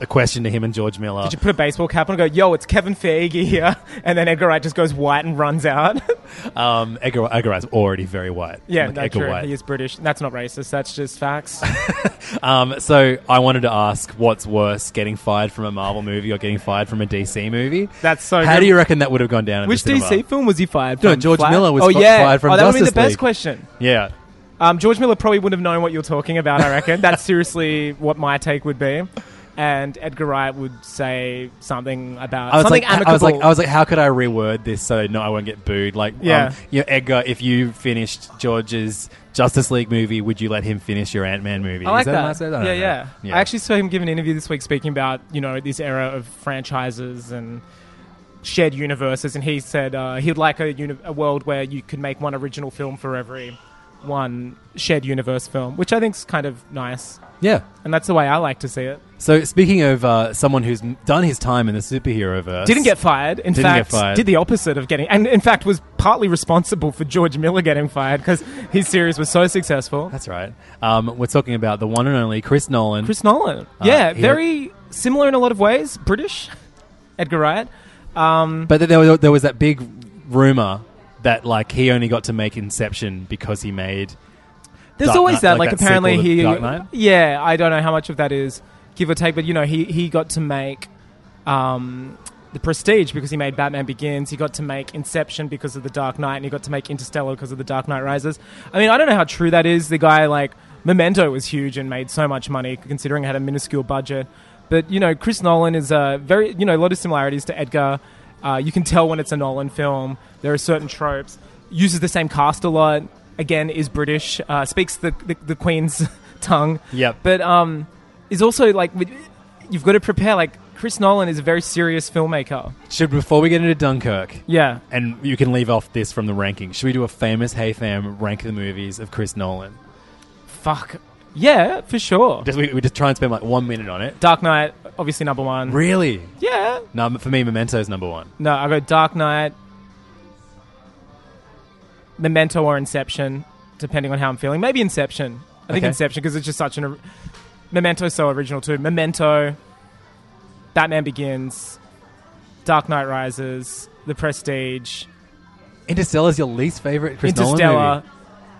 [SPEAKER 4] a question to him and George Miller.
[SPEAKER 5] Did you put a baseball cap on and go, "Yo, it's Kevin Feige here," and then Edgar Wright just goes white and runs out?
[SPEAKER 4] Um, Edgar, Edgar Wright's already very white.
[SPEAKER 5] yeah,
[SPEAKER 4] Like
[SPEAKER 5] that's
[SPEAKER 4] Edgar
[SPEAKER 5] true.
[SPEAKER 4] Wright.
[SPEAKER 5] He is British. That's not racist. That's just facts.
[SPEAKER 4] Um, so I wanted to ask, what's worse, getting fired from a Marvel movie or getting fired from a DC movie?
[SPEAKER 5] That's so
[SPEAKER 4] How
[SPEAKER 5] good.
[SPEAKER 4] do you reckon that would have gone down? In
[SPEAKER 5] Which
[SPEAKER 4] the cinema?
[SPEAKER 5] DC film was he fired from?
[SPEAKER 4] No, George
[SPEAKER 5] Flash?
[SPEAKER 4] Miller was
[SPEAKER 5] oh,
[SPEAKER 4] fi-
[SPEAKER 5] yeah.
[SPEAKER 4] fired from
[SPEAKER 5] Oh, that would be the
[SPEAKER 4] Justice
[SPEAKER 5] best
[SPEAKER 4] League.
[SPEAKER 5] question.
[SPEAKER 4] Yeah.
[SPEAKER 5] Um, George Miller probably wouldn't have known what you're talking about, I reckon. That's seriously what my take would be. And Edgar Wright would say something about
[SPEAKER 4] I was
[SPEAKER 5] something
[SPEAKER 4] like,
[SPEAKER 5] amicable.
[SPEAKER 4] I was like, I was like, how could I reword this so no, I won't get booed? Like,
[SPEAKER 5] Yeah.
[SPEAKER 4] um, you know, Edgar, if you finished George's Justice League movie, would you let him finish your Ant Man movie?
[SPEAKER 5] I like
[SPEAKER 4] Is that,
[SPEAKER 5] that.
[SPEAKER 4] nice? I don't
[SPEAKER 5] yeah,
[SPEAKER 4] know.
[SPEAKER 5] yeah, I actually saw him give an interview this week speaking about you know this era of franchises and shared universes, and he said uh, he'd like a, uni- a world where you could make one original film for every one shared universe film, which I think's kind of nice,
[SPEAKER 4] yeah.
[SPEAKER 5] and that's the way I like to see it.
[SPEAKER 4] So speaking of uh, someone who's m- done his time in the superhero verse,
[SPEAKER 5] Didn't get fired. In
[SPEAKER 4] Didn't get
[SPEAKER 5] fact,
[SPEAKER 4] fired.
[SPEAKER 5] did the opposite of getting, and in fact was partly responsible for George Miller getting fired because his series was so successful.
[SPEAKER 4] That's right. Um, we're talking about the one and only Chris Nolan.
[SPEAKER 5] Chris Nolan,
[SPEAKER 4] Uh,
[SPEAKER 5] yeah,
[SPEAKER 4] he-
[SPEAKER 5] very similar in a lot of ways. British, Edgar Wright. Um,
[SPEAKER 4] But there was, there was that big rumor that like he only got to make Inception because he made.
[SPEAKER 5] there's
[SPEAKER 4] Dark
[SPEAKER 5] always
[SPEAKER 4] Knight-
[SPEAKER 5] that.
[SPEAKER 4] like
[SPEAKER 5] Like,
[SPEAKER 4] that
[SPEAKER 5] apparently
[SPEAKER 4] sequel to
[SPEAKER 5] he,
[SPEAKER 4] Dark Knight?
[SPEAKER 5] yeah, I don't know how much of that is give or take, but you know he he got to make. Um, the Prestige because he made Batman Begins. He got to make Inception because of The Dark Knight, and he got to make Interstellar because of The Dark Knight Rises. I mean, I don't know how true that is. The guy like Memento was huge and made so much money considering it had a minuscule budget. But you know, Chris Nolan is a very you know a lot of similarities to Edgar. Uh, you can tell when it's a Nolan film. There are certain tropes. Uses the same cast a lot. Again, is British. Uh, speaks the, the the Queen's tongue.
[SPEAKER 4] Yep.
[SPEAKER 5] But um, is also like with- you've got to prepare. Like Chris Nolan is a very serious filmmaker.
[SPEAKER 4] Should before we get into Dunkirk,
[SPEAKER 5] Yeah.
[SPEAKER 4] and you can leave off this from the ranking. Should we do a famous Hey Fam rank the movies of Chris Nolan?
[SPEAKER 5] Fuck. Yeah, for sure.
[SPEAKER 4] Just we, we just try and spend like one minute on it.
[SPEAKER 5] Dark Knight, obviously number one.
[SPEAKER 4] Really?
[SPEAKER 5] Yeah.
[SPEAKER 4] No, for me, Memento's number one.
[SPEAKER 5] No, I go Dark Knight, Memento, or Inception, depending on how I'm feeling. Maybe Inception. I think
[SPEAKER 4] Okay.
[SPEAKER 5] Inception because it's just such an. or- Memento's so original too. Memento, Batman Begins, Dark Knight Rises, The Prestige,
[SPEAKER 4] Interstellar's your least favorite Chris Nolan
[SPEAKER 5] Interstellar.
[SPEAKER 4] movie.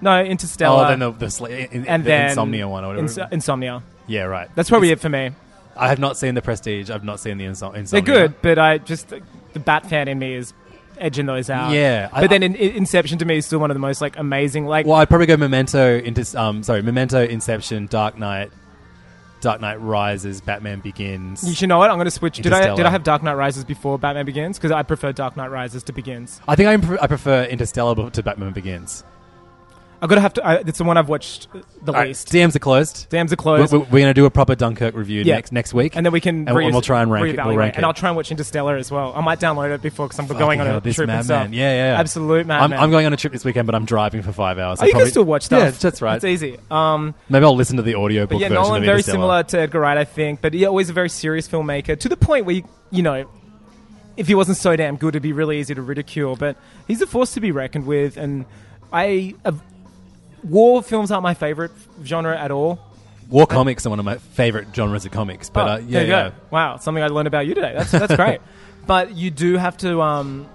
[SPEAKER 5] No, Interstellar.
[SPEAKER 4] Oh, then the the, sl- in,
[SPEAKER 5] and
[SPEAKER 4] the
[SPEAKER 5] then
[SPEAKER 4] Insomnia one or whatever.
[SPEAKER 5] Ins- Insomnia.
[SPEAKER 4] yeah, right.
[SPEAKER 5] That's probably it for me.
[SPEAKER 4] I have not seen the Prestige. I've not seen the Insom- Insomnia.
[SPEAKER 5] They're good, but I just the Bat fan in me is edging those out.
[SPEAKER 4] Yeah, I-
[SPEAKER 5] but then in, in- Inception to me is still one of the most like amazing. Like
[SPEAKER 4] Well, I'd probably go Memento into um sorry, Memento, Inception, Dark Knight, Dark Knight Rises, Batman Begins.
[SPEAKER 5] you should know what I'm going to switch. Did I did
[SPEAKER 4] Interstellar.
[SPEAKER 5] I have Dark Knight Rises before Batman Begins? Because I prefer Dark Knight Rises to Begins.
[SPEAKER 4] I think I, impre- I prefer Interstellar b- to Batman Begins.
[SPEAKER 5] I'm gonna have to. I, it's the one I've watched the
[SPEAKER 4] All right,
[SPEAKER 5] least.
[SPEAKER 4] DMs are closed.
[SPEAKER 5] Dams are
[SPEAKER 4] We're,
[SPEAKER 5] closed.
[SPEAKER 4] we're going to do a proper Dunkirk review
[SPEAKER 5] Yeah.
[SPEAKER 4] next next week,
[SPEAKER 5] and then we can
[SPEAKER 4] and,
[SPEAKER 5] re-
[SPEAKER 4] we'll try and rank it. We'll
[SPEAKER 5] reevaluate.
[SPEAKER 4] rank
[SPEAKER 5] and
[SPEAKER 4] it.
[SPEAKER 5] I'll try and watch Interstellar as well. I might download it before because I'm going on
[SPEAKER 4] hell,
[SPEAKER 5] a
[SPEAKER 4] this
[SPEAKER 5] trip and stuff.
[SPEAKER 4] madman. Yeah, yeah.
[SPEAKER 5] absolute
[SPEAKER 4] I'm,
[SPEAKER 5] madman.
[SPEAKER 4] I'm going on a trip this weekend, but I'm driving for five hours.
[SPEAKER 5] Oh,
[SPEAKER 4] I
[SPEAKER 5] you
[SPEAKER 4] probably-
[SPEAKER 5] can still watch stuff.
[SPEAKER 4] Yeah, that's right.
[SPEAKER 5] It's easy. Um,
[SPEAKER 4] Maybe I'll listen to the audiobook
[SPEAKER 5] But yeah,
[SPEAKER 4] version
[SPEAKER 5] Nolan
[SPEAKER 4] of
[SPEAKER 5] very
[SPEAKER 4] Interstellar.
[SPEAKER 5] similar to Edgar Wright, I think. But yeah, always a very serious filmmaker to the point where you, you know, if he wasn't so damn good, it'd be really easy to ridicule. But he's a force to be reckoned with, and I uh, war films aren't my favorite genre at all.
[SPEAKER 4] War comics are one of my favorite genres of comics, but
[SPEAKER 5] Oh,
[SPEAKER 4] uh, yeah,
[SPEAKER 5] there you
[SPEAKER 4] yeah.
[SPEAKER 5] go. Wow, something I learned about you today. That's that's great. But you do have to, um,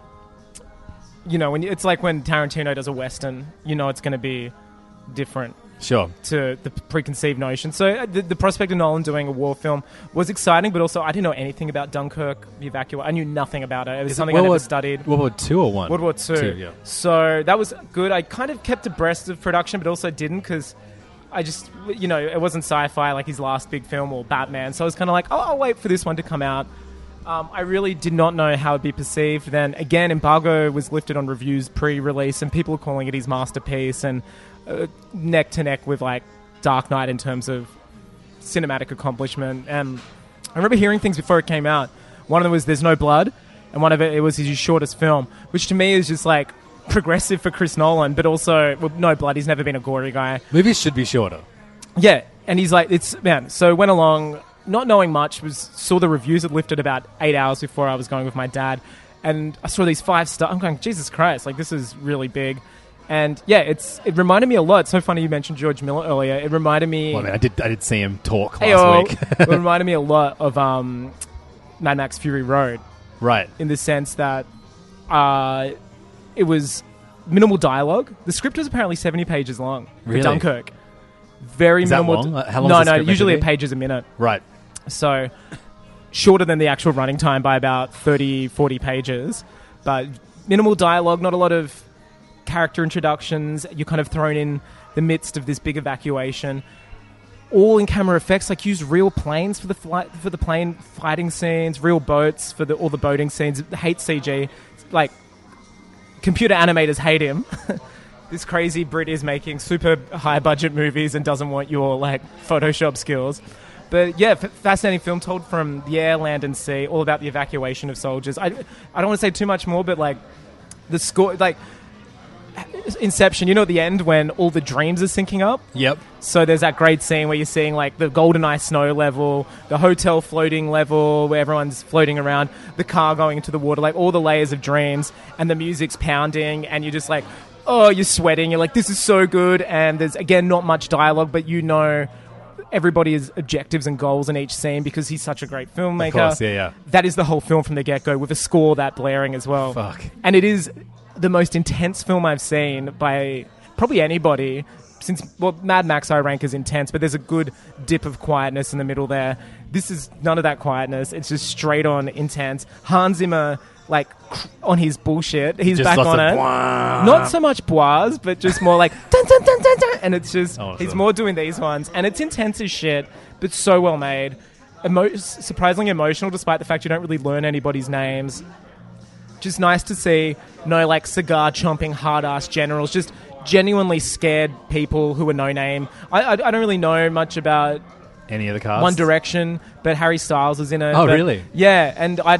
[SPEAKER 5] you know, when you, it's like when Tarantino does a western, you know, it's going to be different.
[SPEAKER 4] sure.
[SPEAKER 5] to the preconceived notion. So uh, the, the prospect of Nolan doing a war film was exciting, but also I didn't know anything about Dunkirk, the evacuation. I knew nothing about it. It was something I never
[SPEAKER 4] War,
[SPEAKER 5] studied.
[SPEAKER 4] World War Two or one?
[SPEAKER 5] World War Two.
[SPEAKER 4] Two, yeah.
[SPEAKER 5] So that was good. I kind of kept abreast of production, but also didn't because I just, you know, it wasn't sci-fi like his last big film or Batman. So I was kind of like, oh, I'll wait for this one to come out. Um, I really did not know how it'd be perceived. Then again, embargo was lifted on reviews pre-release, and people are calling it his masterpiece and uh, neck to neck with like Dark Knight in terms of cinematic accomplishment. And I remember hearing things before it came out One of them was There's No Blood, and one of it, it was his shortest film, which to me is just like progressive for Chris Nolan, but also well, No Blood. He's never been a gory guy.
[SPEAKER 4] Movies should be shorter.
[SPEAKER 5] Yeah, and he's like, it's man. So went along, not knowing much. Was saw the reviews had lifted about eight hours before I was going with my dad, and I saw these five star. I'm going, Jesus Christ! Like this is really big. And yeah, it's it reminded me a lot. It's so funny you mentioned George Miller earlier. It reminded me.
[SPEAKER 4] Well, I mean, I did I did see him talk
[SPEAKER 5] Hey, oh,
[SPEAKER 4] last week.
[SPEAKER 5] it reminded me a lot of um, Mad Max Fury Road
[SPEAKER 4] right.
[SPEAKER 5] in the sense that uh, it was minimal dialogue. The script was apparently 70 pages long. for
[SPEAKER 4] Really?
[SPEAKER 5] Dunkirk. Very
[SPEAKER 4] Is that
[SPEAKER 5] minimal.
[SPEAKER 4] long?
[SPEAKER 5] no,
[SPEAKER 4] How long's the
[SPEAKER 5] no.
[SPEAKER 4] script meant to
[SPEAKER 5] Usually a
[SPEAKER 4] be?
[SPEAKER 5] page is a minute.
[SPEAKER 4] Right.
[SPEAKER 5] So shorter than the actual running time by about 30, 40 pages. But minimal dialogue, not a lot of character introductions. You're kind of thrown in the midst of this big evacuation. All in camera effects, like use real planes for the flight for the plane fighting scenes, real boats for the all the boating scenes. Hate CG, like computer animators hate him. this crazy Brit is making super high budget movies and doesn't want your like Photoshop skills. But yeah, f- fascinating film told from the air, land, and sea, all about the evacuation of soldiers. I, I don't want to say too much more, but like the score, like Inception, you know, at the end when all the dreams are syncing up.
[SPEAKER 4] Yep.
[SPEAKER 5] So there's that great scene where you're seeing like the golden eye snow level, the hotel floating level where everyone's floating around, the car going into the water, like all the layers of dreams, and the music's pounding, and you're just like, oh, you're sweating. You're like, this is so good. And there's again not much dialogue, but you know everybody's objectives and goals in each scene because he's such a great filmmaker.
[SPEAKER 4] course, yeah, yeah.
[SPEAKER 5] That is the whole film from the get go with a score that blaring as well.
[SPEAKER 4] Fuck.
[SPEAKER 5] And it is the most intense film I've seen by probably anybody since well Mad Max I rank as intense, but there's a good dip of quietness in the middle there. This is none of that quietness. It's just straight on intense. Hans Zimmer like cr- on his bullshit. He's
[SPEAKER 4] Just
[SPEAKER 5] back
[SPEAKER 4] lots
[SPEAKER 5] on
[SPEAKER 4] of
[SPEAKER 5] it.
[SPEAKER 4] "Bwah."
[SPEAKER 5] Not so much bois, but just more like dun, dun, dun, dun, dun, and it's just
[SPEAKER 4] Oh,
[SPEAKER 5] he's
[SPEAKER 4] sure.
[SPEAKER 5] more doing these ones and it's intense as shit, but so well made. Emo- surprisingly emotional despite the fact you don't really learn anybody's names just nice to see no like cigar chomping hard ass generals, just genuinely scared people who are no name. I, I, I don't really know much about
[SPEAKER 4] Any of the cast?
[SPEAKER 5] One Direction, but Harry Styles was in it.
[SPEAKER 4] Oh,
[SPEAKER 5] but-
[SPEAKER 4] really?
[SPEAKER 5] Yeah, and I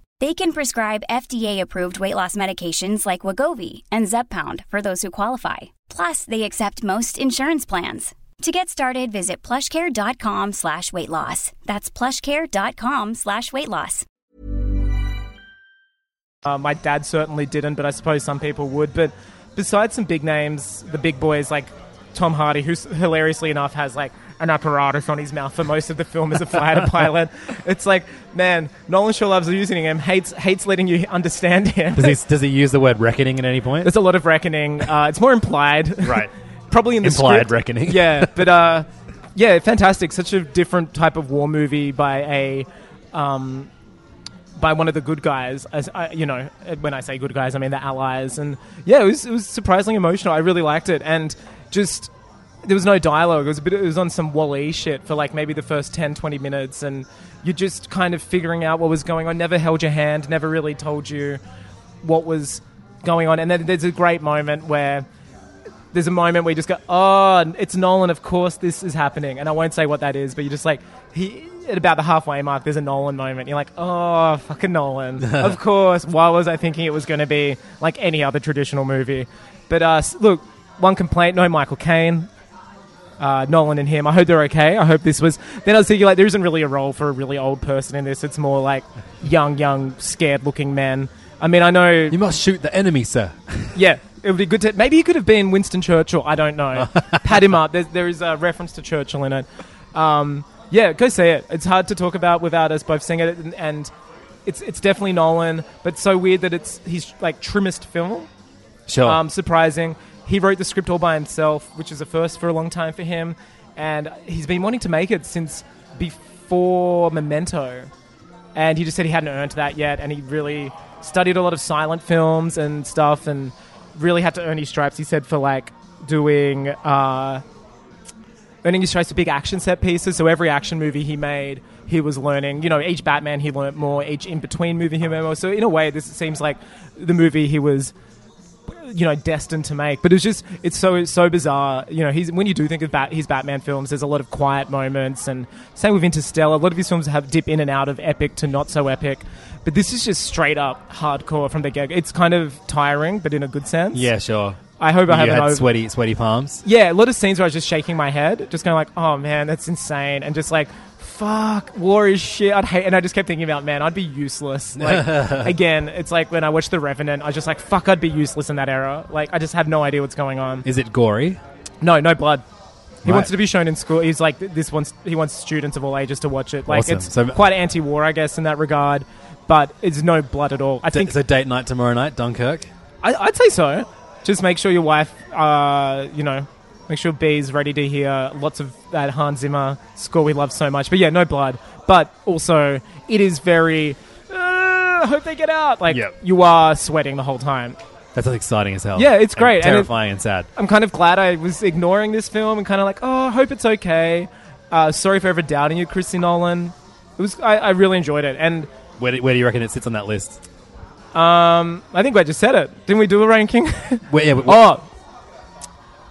[SPEAKER 6] They can prescribe FDA-approved weight loss medications like Wagovi and Zepbound for those who qualify. Plus, they accept most insurance plans. To get started, visit plushcare.com slash weight loss. That's plushcare.com slash weight loss.
[SPEAKER 5] Uh, my dad certainly didn't, but I suppose some people would. But besides some big names, the big boys like Tom Hardy, who s- hilariously enough has like an apparatus on his mouth for most of the film as a fighter pilot. It's like, man, Nolan sure loves using him. hates hates letting you understand him.
[SPEAKER 4] Does he, does he use the word reckoning at any point?
[SPEAKER 5] There's a lot of reckoning. Uh, it's more implied,
[SPEAKER 4] right.
[SPEAKER 5] probably in the
[SPEAKER 4] Implied
[SPEAKER 5] script.
[SPEAKER 4] reckoning.
[SPEAKER 5] Yeah, but uh, yeah, fantastic. Such a different type of war movie by a um, by one of the good guys. As I, you know, when I say good guys, I mean the allies. And yeah, it was it was surprisingly emotional. I really liked it, and just there was no dialogue. It was a bit. It was on some Wally shit for like maybe the first 10, 20 minutes, and you're just kind of figuring out what was going on. Never held your hand. Never really told you what was going on. And then there's a great moment where there's a moment where you just go, oh, it's Nolan. Of course, this is happening, and I won't say what that is, but you're just like he. At about the halfway mark, there's a Nolan moment. You're like, oh, fucking Nolan. of course. Why was I thinking it was going to be like any other traditional movie? But uh, s- look, one complaint: no Michael Caine uh, Nolan and him. I hope they're okay. I hope this was. Then I was thinking like there isn't really a role for a really old person in this. It's more like young, young, scared-looking men. I mean, I know.
[SPEAKER 4] You must shoot the enemy, sir.
[SPEAKER 5] Yeah, it would be good to. Maybe he could have been Winston Churchill. I don't know. Pat him up. There's, there is a reference to Churchill in it. Um, yeah, go see it. It's hard to talk about without us both seeing it, and, and it's it's definitely Nolan, but so weird that it's his like trimmest film.
[SPEAKER 4] Sure.
[SPEAKER 5] Um, surprising. He wrote the script all by himself, which is a first for a long time for him. And he's been wanting to make it since before Memento. And he just said he hadn't earned that yet. And he really studied a lot of silent films and stuff and really had to earn his stripes, he said, for like doing. Uh, Earning his stripes for big action set pieces, so every action movie he made, he was learning. You know, each Batman he learnt more, each in between movie he learned more. So in a way, this seems like the movie he was you know destined to make. But it's just it's so it's so bizarre. You know, he's when you do think of Bat, his Batman films, there's a lot of quiet moments, and same with Interstellar. A lot of his films have dip in and out of epic to not so epic. But this is just straight up hardcore from the get. go. It's kind of tiring, but in a good sense.
[SPEAKER 4] yeah, sure.
[SPEAKER 5] I hope I
[SPEAKER 4] you
[SPEAKER 5] haven't
[SPEAKER 4] had
[SPEAKER 5] over-
[SPEAKER 4] sweaty, sweaty palms.
[SPEAKER 5] yeah, a lot of scenes where I was just shaking my head, just going like, "Oh man, that's insane," and just like, "Fuck, war is shit." I'd hate, and I just kept thinking about, man, I'd be useless. Like again, it's like when I watched The Revenant, I was just like, "Fuck, I'd be useless in that era." Like I just have no idea what's going on.
[SPEAKER 4] Is it gory?
[SPEAKER 5] No, no blood. He
[SPEAKER 4] Right.
[SPEAKER 5] wants it to be shown in school. He's like th- this wants he wants students of all ages to watch it. Like
[SPEAKER 4] Awesome.
[SPEAKER 5] it's
[SPEAKER 4] So-
[SPEAKER 5] quite anti-war, I guess, in that regard. But it's no blood at all. I
[SPEAKER 4] D-
[SPEAKER 5] think
[SPEAKER 4] it's a date night tomorrow night, Dunkirk.
[SPEAKER 5] I, I'd say so. Just make sure your wife, uh, you know, make sure B's ready to hear lots of that Hans Zimmer score we love so much. But yeah, no blood. But also, it is very. Uh, I hope they get out. Like
[SPEAKER 4] Yep.
[SPEAKER 5] you are sweating the whole time.
[SPEAKER 4] That sounds exciting as hell.
[SPEAKER 5] Yeah, it's
[SPEAKER 4] And
[SPEAKER 5] great, and it-
[SPEAKER 4] terrifying and, sad.
[SPEAKER 5] I'm kind of glad I was ignoring this film and kind of like, oh, I hope it's okay. Uh, sorry for ever doubting you, Christy Nolan. It was I, I really enjoyed it, and
[SPEAKER 4] Where do, where do you reckon it sits on that list?
[SPEAKER 5] I think I just said it. Didn't we do a ranking?
[SPEAKER 4] Where, yeah, where-
[SPEAKER 5] oh,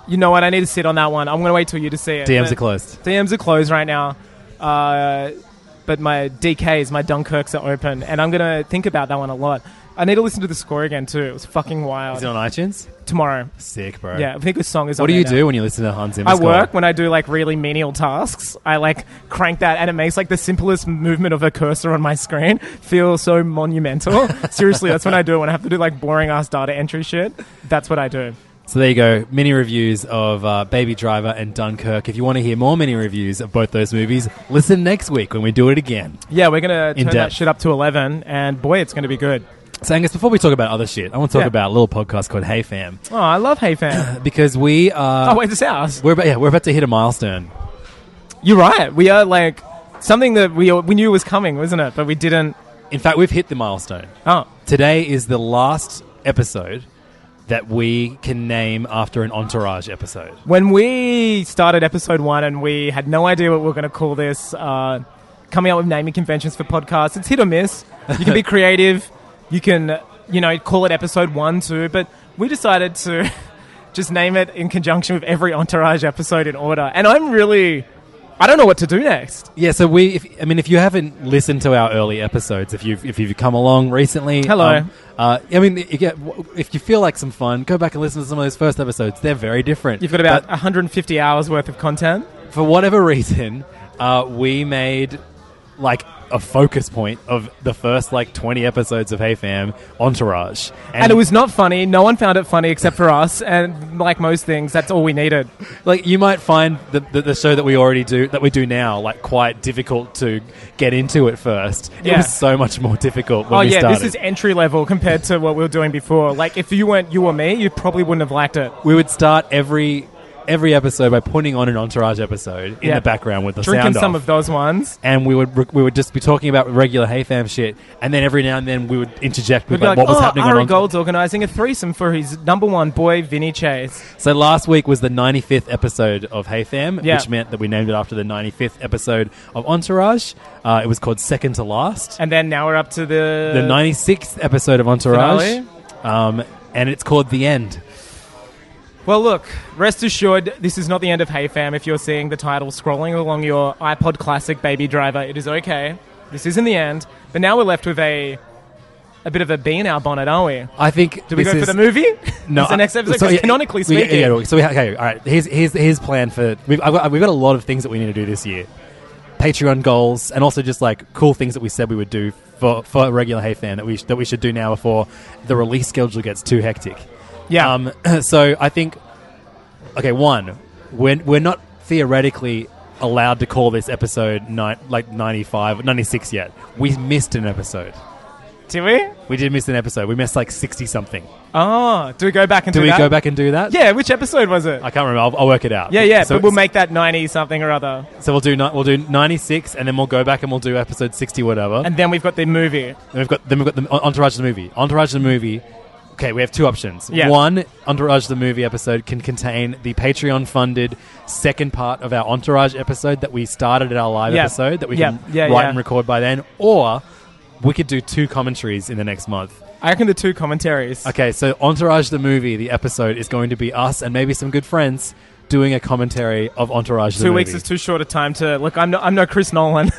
[SPEAKER 5] you know what? I need to sit on that one. I'm going to wait till you to see it.
[SPEAKER 4] DMs
[SPEAKER 5] But-
[SPEAKER 4] are closed.
[SPEAKER 5] DMs are closed right now. Uh, but my DKs, my Dunkirks are open, and I'm going to think about that one a lot. I need to listen to the score again too. It was fucking wild.
[SPEAKER 4] Is it on iTunes?
[SPEAKER 5] Tomorrow,
[SPEAKER 4] Sick, bro.
[SPEAKER 5] yeah, I think the song is.
[SPEAKER 4] What
[SPEAKER 5] on
[SPEAKER 4] do
[SPEAKER 5] there
[SPEAKER 4] you
[SPEAKER 5] now.
[SPEAKER 4] do when you listen to Hans Zimmer?
[SPEAKER 5] I
[SPEAKER 4] score?
[SPEAKER 5] work when I do like really menial tasks. I like crank that, and it makes like the simplest movement of a cursor on my screen feel so monumental. Seriously, that's when I do it. When I have to do like boring ass data entry shit, that's what I do.
[SPEAKER 4] So there you go, mini reviews of uh, Baby Driver and Dunkirk. If you want to hear more mini reviews of both those movies, listen next week when we do it again.
[SPEAKER 5] Yeah, we're gonna turn
[SPEAKER 4] In
[SPEAKER 5] that
[SPEAKER 4] depth.
[SPEAKER 5] shit up to eleven, and boy, it's gonna be good.
[SPEAKER 4] So Angus, before we talk about other shit, I want to talk
[SPEAKER 5] Yeah.
[SPEAKER 4] about a little podcast called Hey Fam
[SPEAKER 5] Oh, I love Hey Fan.
[SPEAKER 4] because we are
[SPEAKER 5] oh wait, this house.
[SPEAKER 4] we're about, yeah we're about to hit a milestone.
[SPEAKER 5] You're right. We are like something that we we knew was coming, wasn't it? But we didn't.
[SPEAKER 4] In fact, we've hit the milestone.
[SPEAKER 5] Oh,
[SPEAKER 4] Today is the last episode that we can name after an Entourage episode.
[SPEAKER 5] when we started episode one and we had no idea what we were going to call this, uh, coming up with naming conventions for podcasts, it's hit or miss. You can be creative. You can, you know, call it episode one, too. But we decided to just name it in conjunction with every Entourage episode in order. And I'm really, I don't know what to do next.
[SPEAKER 4] Yeah, so we. If, I mean, if you haven't listened to our early episodes, if you've if you've come along recently,
[SPEAKER 5] Hello.
[SPEAKER 4] um, uh, I mean, you get, if you feel like some fun, go back and listen to some of those first episodes. They're very different.
[SPEAKER 5] You've got about 150 hours worth of content.
[SPEAKER 4] But for whatever reason, uh, we made like a focus point of the first like twenty episodes of Hey Fam Entourage,
[SPEAKER 5] And it was not funny. No one found it funny except for us. And like most things, that's all we needed.
[SPEAKER 4] like you might find the, the, the show that we already do that we do now like quite difficult to get into at first. It
[SPEAKER 5] Yeah.
[SPEAKER 4] was so much more difficult when
[SPEAKER 5] Oh
[SPEAKER 4] we
[SPEAKER 5] yeah,
[SPEAKER 4] started.
[SPEAKER 5] this is entry level compared to what we were doing before. Like if you weren't you or me, you probably wouldn't have liked it.
[SPEAKER 4] we would start every every episode by putting on an entourage episode in
[SPEAKER 5] Yeah.
[SPEAKER 4] the background with the
[SPEAKER 5] Drinking
[SPEAKER 4] sound
[SPEAKER 5] some
[SPEAKER 4] off.
[SPEAKER 5] of those ones.
[SPEAKER 4] and we would re- we would just be talking about regular Hey Fam shit, and then every now and then we would interject
[SPEAKER 5] We'd
[SPEAKER 4] with
[SPEAKER 5] be
[SPEAKER 4] like,
[SPEAKER 5] like,
[SPEAKER 4] what was
[SPEAKER 5] oh,
[SPEAKER 4] happening
[SPEAKER 5] Ari
[SPEAKER 4] on
[SPEAKER 5] Gold's organising a threesome for his number one boy, Vinny Chase.
[SPEAKER 4] So last week was the 95th episode of Hey Fam,
[SPEAKER 5] Yeah.
[SPEAKER 4] which meant that we named it after the 95th episode of Entourage. Uh, it was called Second to Last.
[SPEAKER 5] And uh, then now we're up to the...
[SPEAKER 4] the 96th episode of Entourage.
[SPEAKER 5] Finale?
[SPEAKER 4] Um, and it's called The End.
[SPEAKER 5] Well, look, rest assured, this is not the end of Hey Fam. If you're seeing the title scrolling along your iPod Classic Baby Driver, it is okay. This isn't the end. But now we're left with a a bit of a bee in our bonnet, aren't we?
[SPEAKER 4] I think.
[SPEAKER 5] Do we go for the movie?
[SPEAKER 4] No,
[SPEAKER 5] Is the next
[SPEAKER 4] I-
[SPEAKER 5] episode.
[SPEAKER 4] so,
[SPEAKER 5] 'Cause
[SPEAKER 4] yeah,
[SPEAKER 5] canonically
[SPEAKER 4] we- yeah,
[SPEAKER 5] speaking,
[SPEAKER 4] yeah, so we, okay, all right. Here's here's here's plan for we've I've got, we've got a lot of things that we need to do this year, Patreon goals, and also just like cool things that we said we would do for for a regular Hey Fan that we sh- that we should do now before the release schedule gets too hectic.
[SPEAKER 5] Yeah.
[SPEAKER 4] Um, so I think, okay, one, we're we're not theoretically allowed to call this episode ni- like 95 96 yet we missed an episode
[SPEAKER 5] do we?
[SPEAKER 4] we did miss an episode we missed like 60 something
[SPEAKER 5] Oh, do we go back and
[SPEAKER 4] do
[SPEAKER 5] do
[SPEAKER 4] we
[SPEAKER 5] that?
[SPEAKER 4] go back and do that
[SPEAKER 5] Yeah, which episode was it?
[SPEAKER 4] I can't remember. I'll, I'll work it out.
[SPEAKER 5] Yeah, yeah,
[SPEAKER 4] So,
[SPEAKER 5] but we'll make that ninety something or other,
[SPEAKER 4] so we'll do ni- we'll do ninety six, and then we'll go back and we'll do episode sixty, whatever. And
[SPEAKER 5] and then we've got the movie.
[SPEAKER 4] then we've got then we've got the entourage of the movie. Entourage of the movie. Okay, we have two options.
[SPEAKER 5] Yeah.
[SPEAKER 4] One entourage of the movie episode can contain the Patreon funded second part of our entourage episode that we started at our live
[SPEAKER 5] Yeah.
[SPEAKER 4] episode that we
[SPEAKER 5] Yeah.
[SPEAKER 4] can
[SPEAKER 5] Yeah,
[SPEAKER 4] write
[SPEAKER 5] yeah.
[SPEAKER 4] and record by then, or we could do two commentaries in the next month.
[SPEAKER 5] I reckon the two commentaries.
[SPEAKER 4] Okay, so Entourage the movie, the episode is going to be us and maybe some good friends doing a commentary of Entourage. the
[SPEAKER 5] Two weeks
[SPEAKER 4] movie.
[SPEAKER 5] is too short a time to look. I'm no, I'm no Chris Nolan.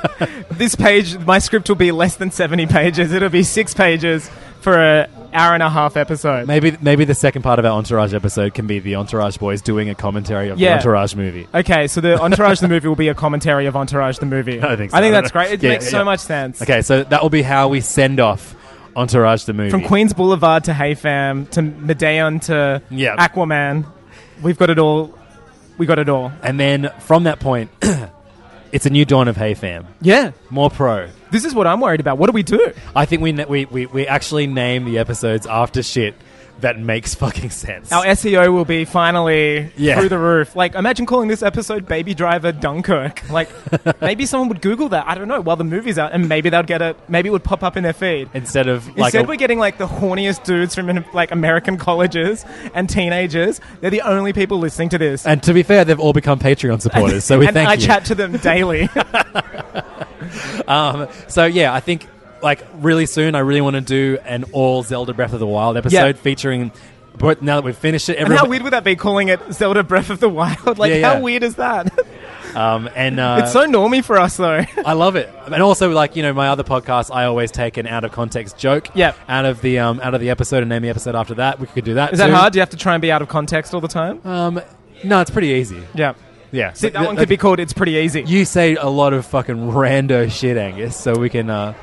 [SPEAKER 5] this page, my script will be less than seventy pages. It'll be six pages for an hour and a half episode.
[SPEAKER 4] Maybe maybe the second part of our Entourage episode can be the Entourage boys doing a commentary of the
[SPEAKER 5] Yeah.
[SPEAKER 4] Entourage movie.
[SPEAKER 5] Okay, so the Entourage the movie will be a commentary of Entourage the movie.
[SPEAKER 4] I think so.
[SPEAKER 5] I think
[SPEAKER 4] I don't
[SPEAKER 5] that's
[SPEAKER 4] know.
[SPEAKER 5] great. It
[SPEAKER 4] Yeah,
[SPEAKER 5] makes
[SPEAKER 4] yeah,
[SPEAKER 5] so
[SPEAKER 4] yeah.
[SPEAKER 5] much sense.
[SPEAKER 4] Okay, so that will be how we send off Entourage the movie.
[SPEAKER 5] From Queens Boulevard to Hey Fam to Medeon to
[SPEAKER 4] Yeah.
[SPEAKER 5] Aquaman, we've got it all. We got it all.
[SPEAKER 4] and then from that point, it's a new dawn of Hey Fam.
[SPEAKER 5] Yeah.
[SPEAKER 4] More pro.
[SPEAKER 5] This is what I'm worried about. What do we do?
[SPEAKER 4] I think we, na- we we we actually name the episodes after shit that makes fucking sense.
[SPEAKER 5] Our SEO will be finally
[SPEAKER 4] Yeah.
[SPEAKER 5] through the roof. Like, imagine calling this episode Baby Driver Dunkirk. Like, maybe someone would Google that. I don't know, while the movie's out, and maybe they'll get it. Maybe it would pop up in their feed.
[SPEAKER 4] Instead of like
[SPEAKER 5] Instead,
[SPEAKER 4] a-
[SPEAKER 5] we're getting like the horniest dudes from like American colleges and teenagers. They're the only people listening to this.
[SPEAKER 4] and to be fair, they've all become Patreon supporters. So we
[SPEAKER 5] and
[SPEAKER 4] thank
[SPEAKER 5] I
[SPEAKER 4] you.
[SPEAKER 5] chat to them daily.
[SPEAKER 4] Um, so yeah, I think like really soon, I really want to do an all Zelda Breath of the Wild episode
[SPEAKER 5] Yeah.
[SPEAKER 4] featuring. But now that we've finished it,
[SPEAKER 5] and how
[SPEAKER 4] everyone
[SPEAKER 5] weird would that be calling it Zelda Breath of the Wild? Like,
[SPEAKER 4] Yeah, yeah.
[SPEAKER 5] how weird is that?
[SPEAKER 4] um, and uh,
[SPEAKER 5] it's so normy for us, though.
[SPEAKER 4] I love it. And also, like you know, my other podcast, I always take an out of context joke,
[SPEAKER 5] Yep.
[SPEAKER 4] out of the um, out of the episode and name the episode after that. We could do that.
[SPEAKER 5] Is that
[SPEAKER 4] too.
[SPEAKER 5] hard? Do you have to try and be out of context all the time?
[SPEAKER 4] Um, no, it's pretty easy.
[SPEAKER 5] Yeah.
[SPEAKER 4] Yeah,
[SPEAKER 5] See, that one could be called It's Pretty Easy.
[SPEAKER 4] You say a lot of fucking rando shit, Angus. So we can. Uh,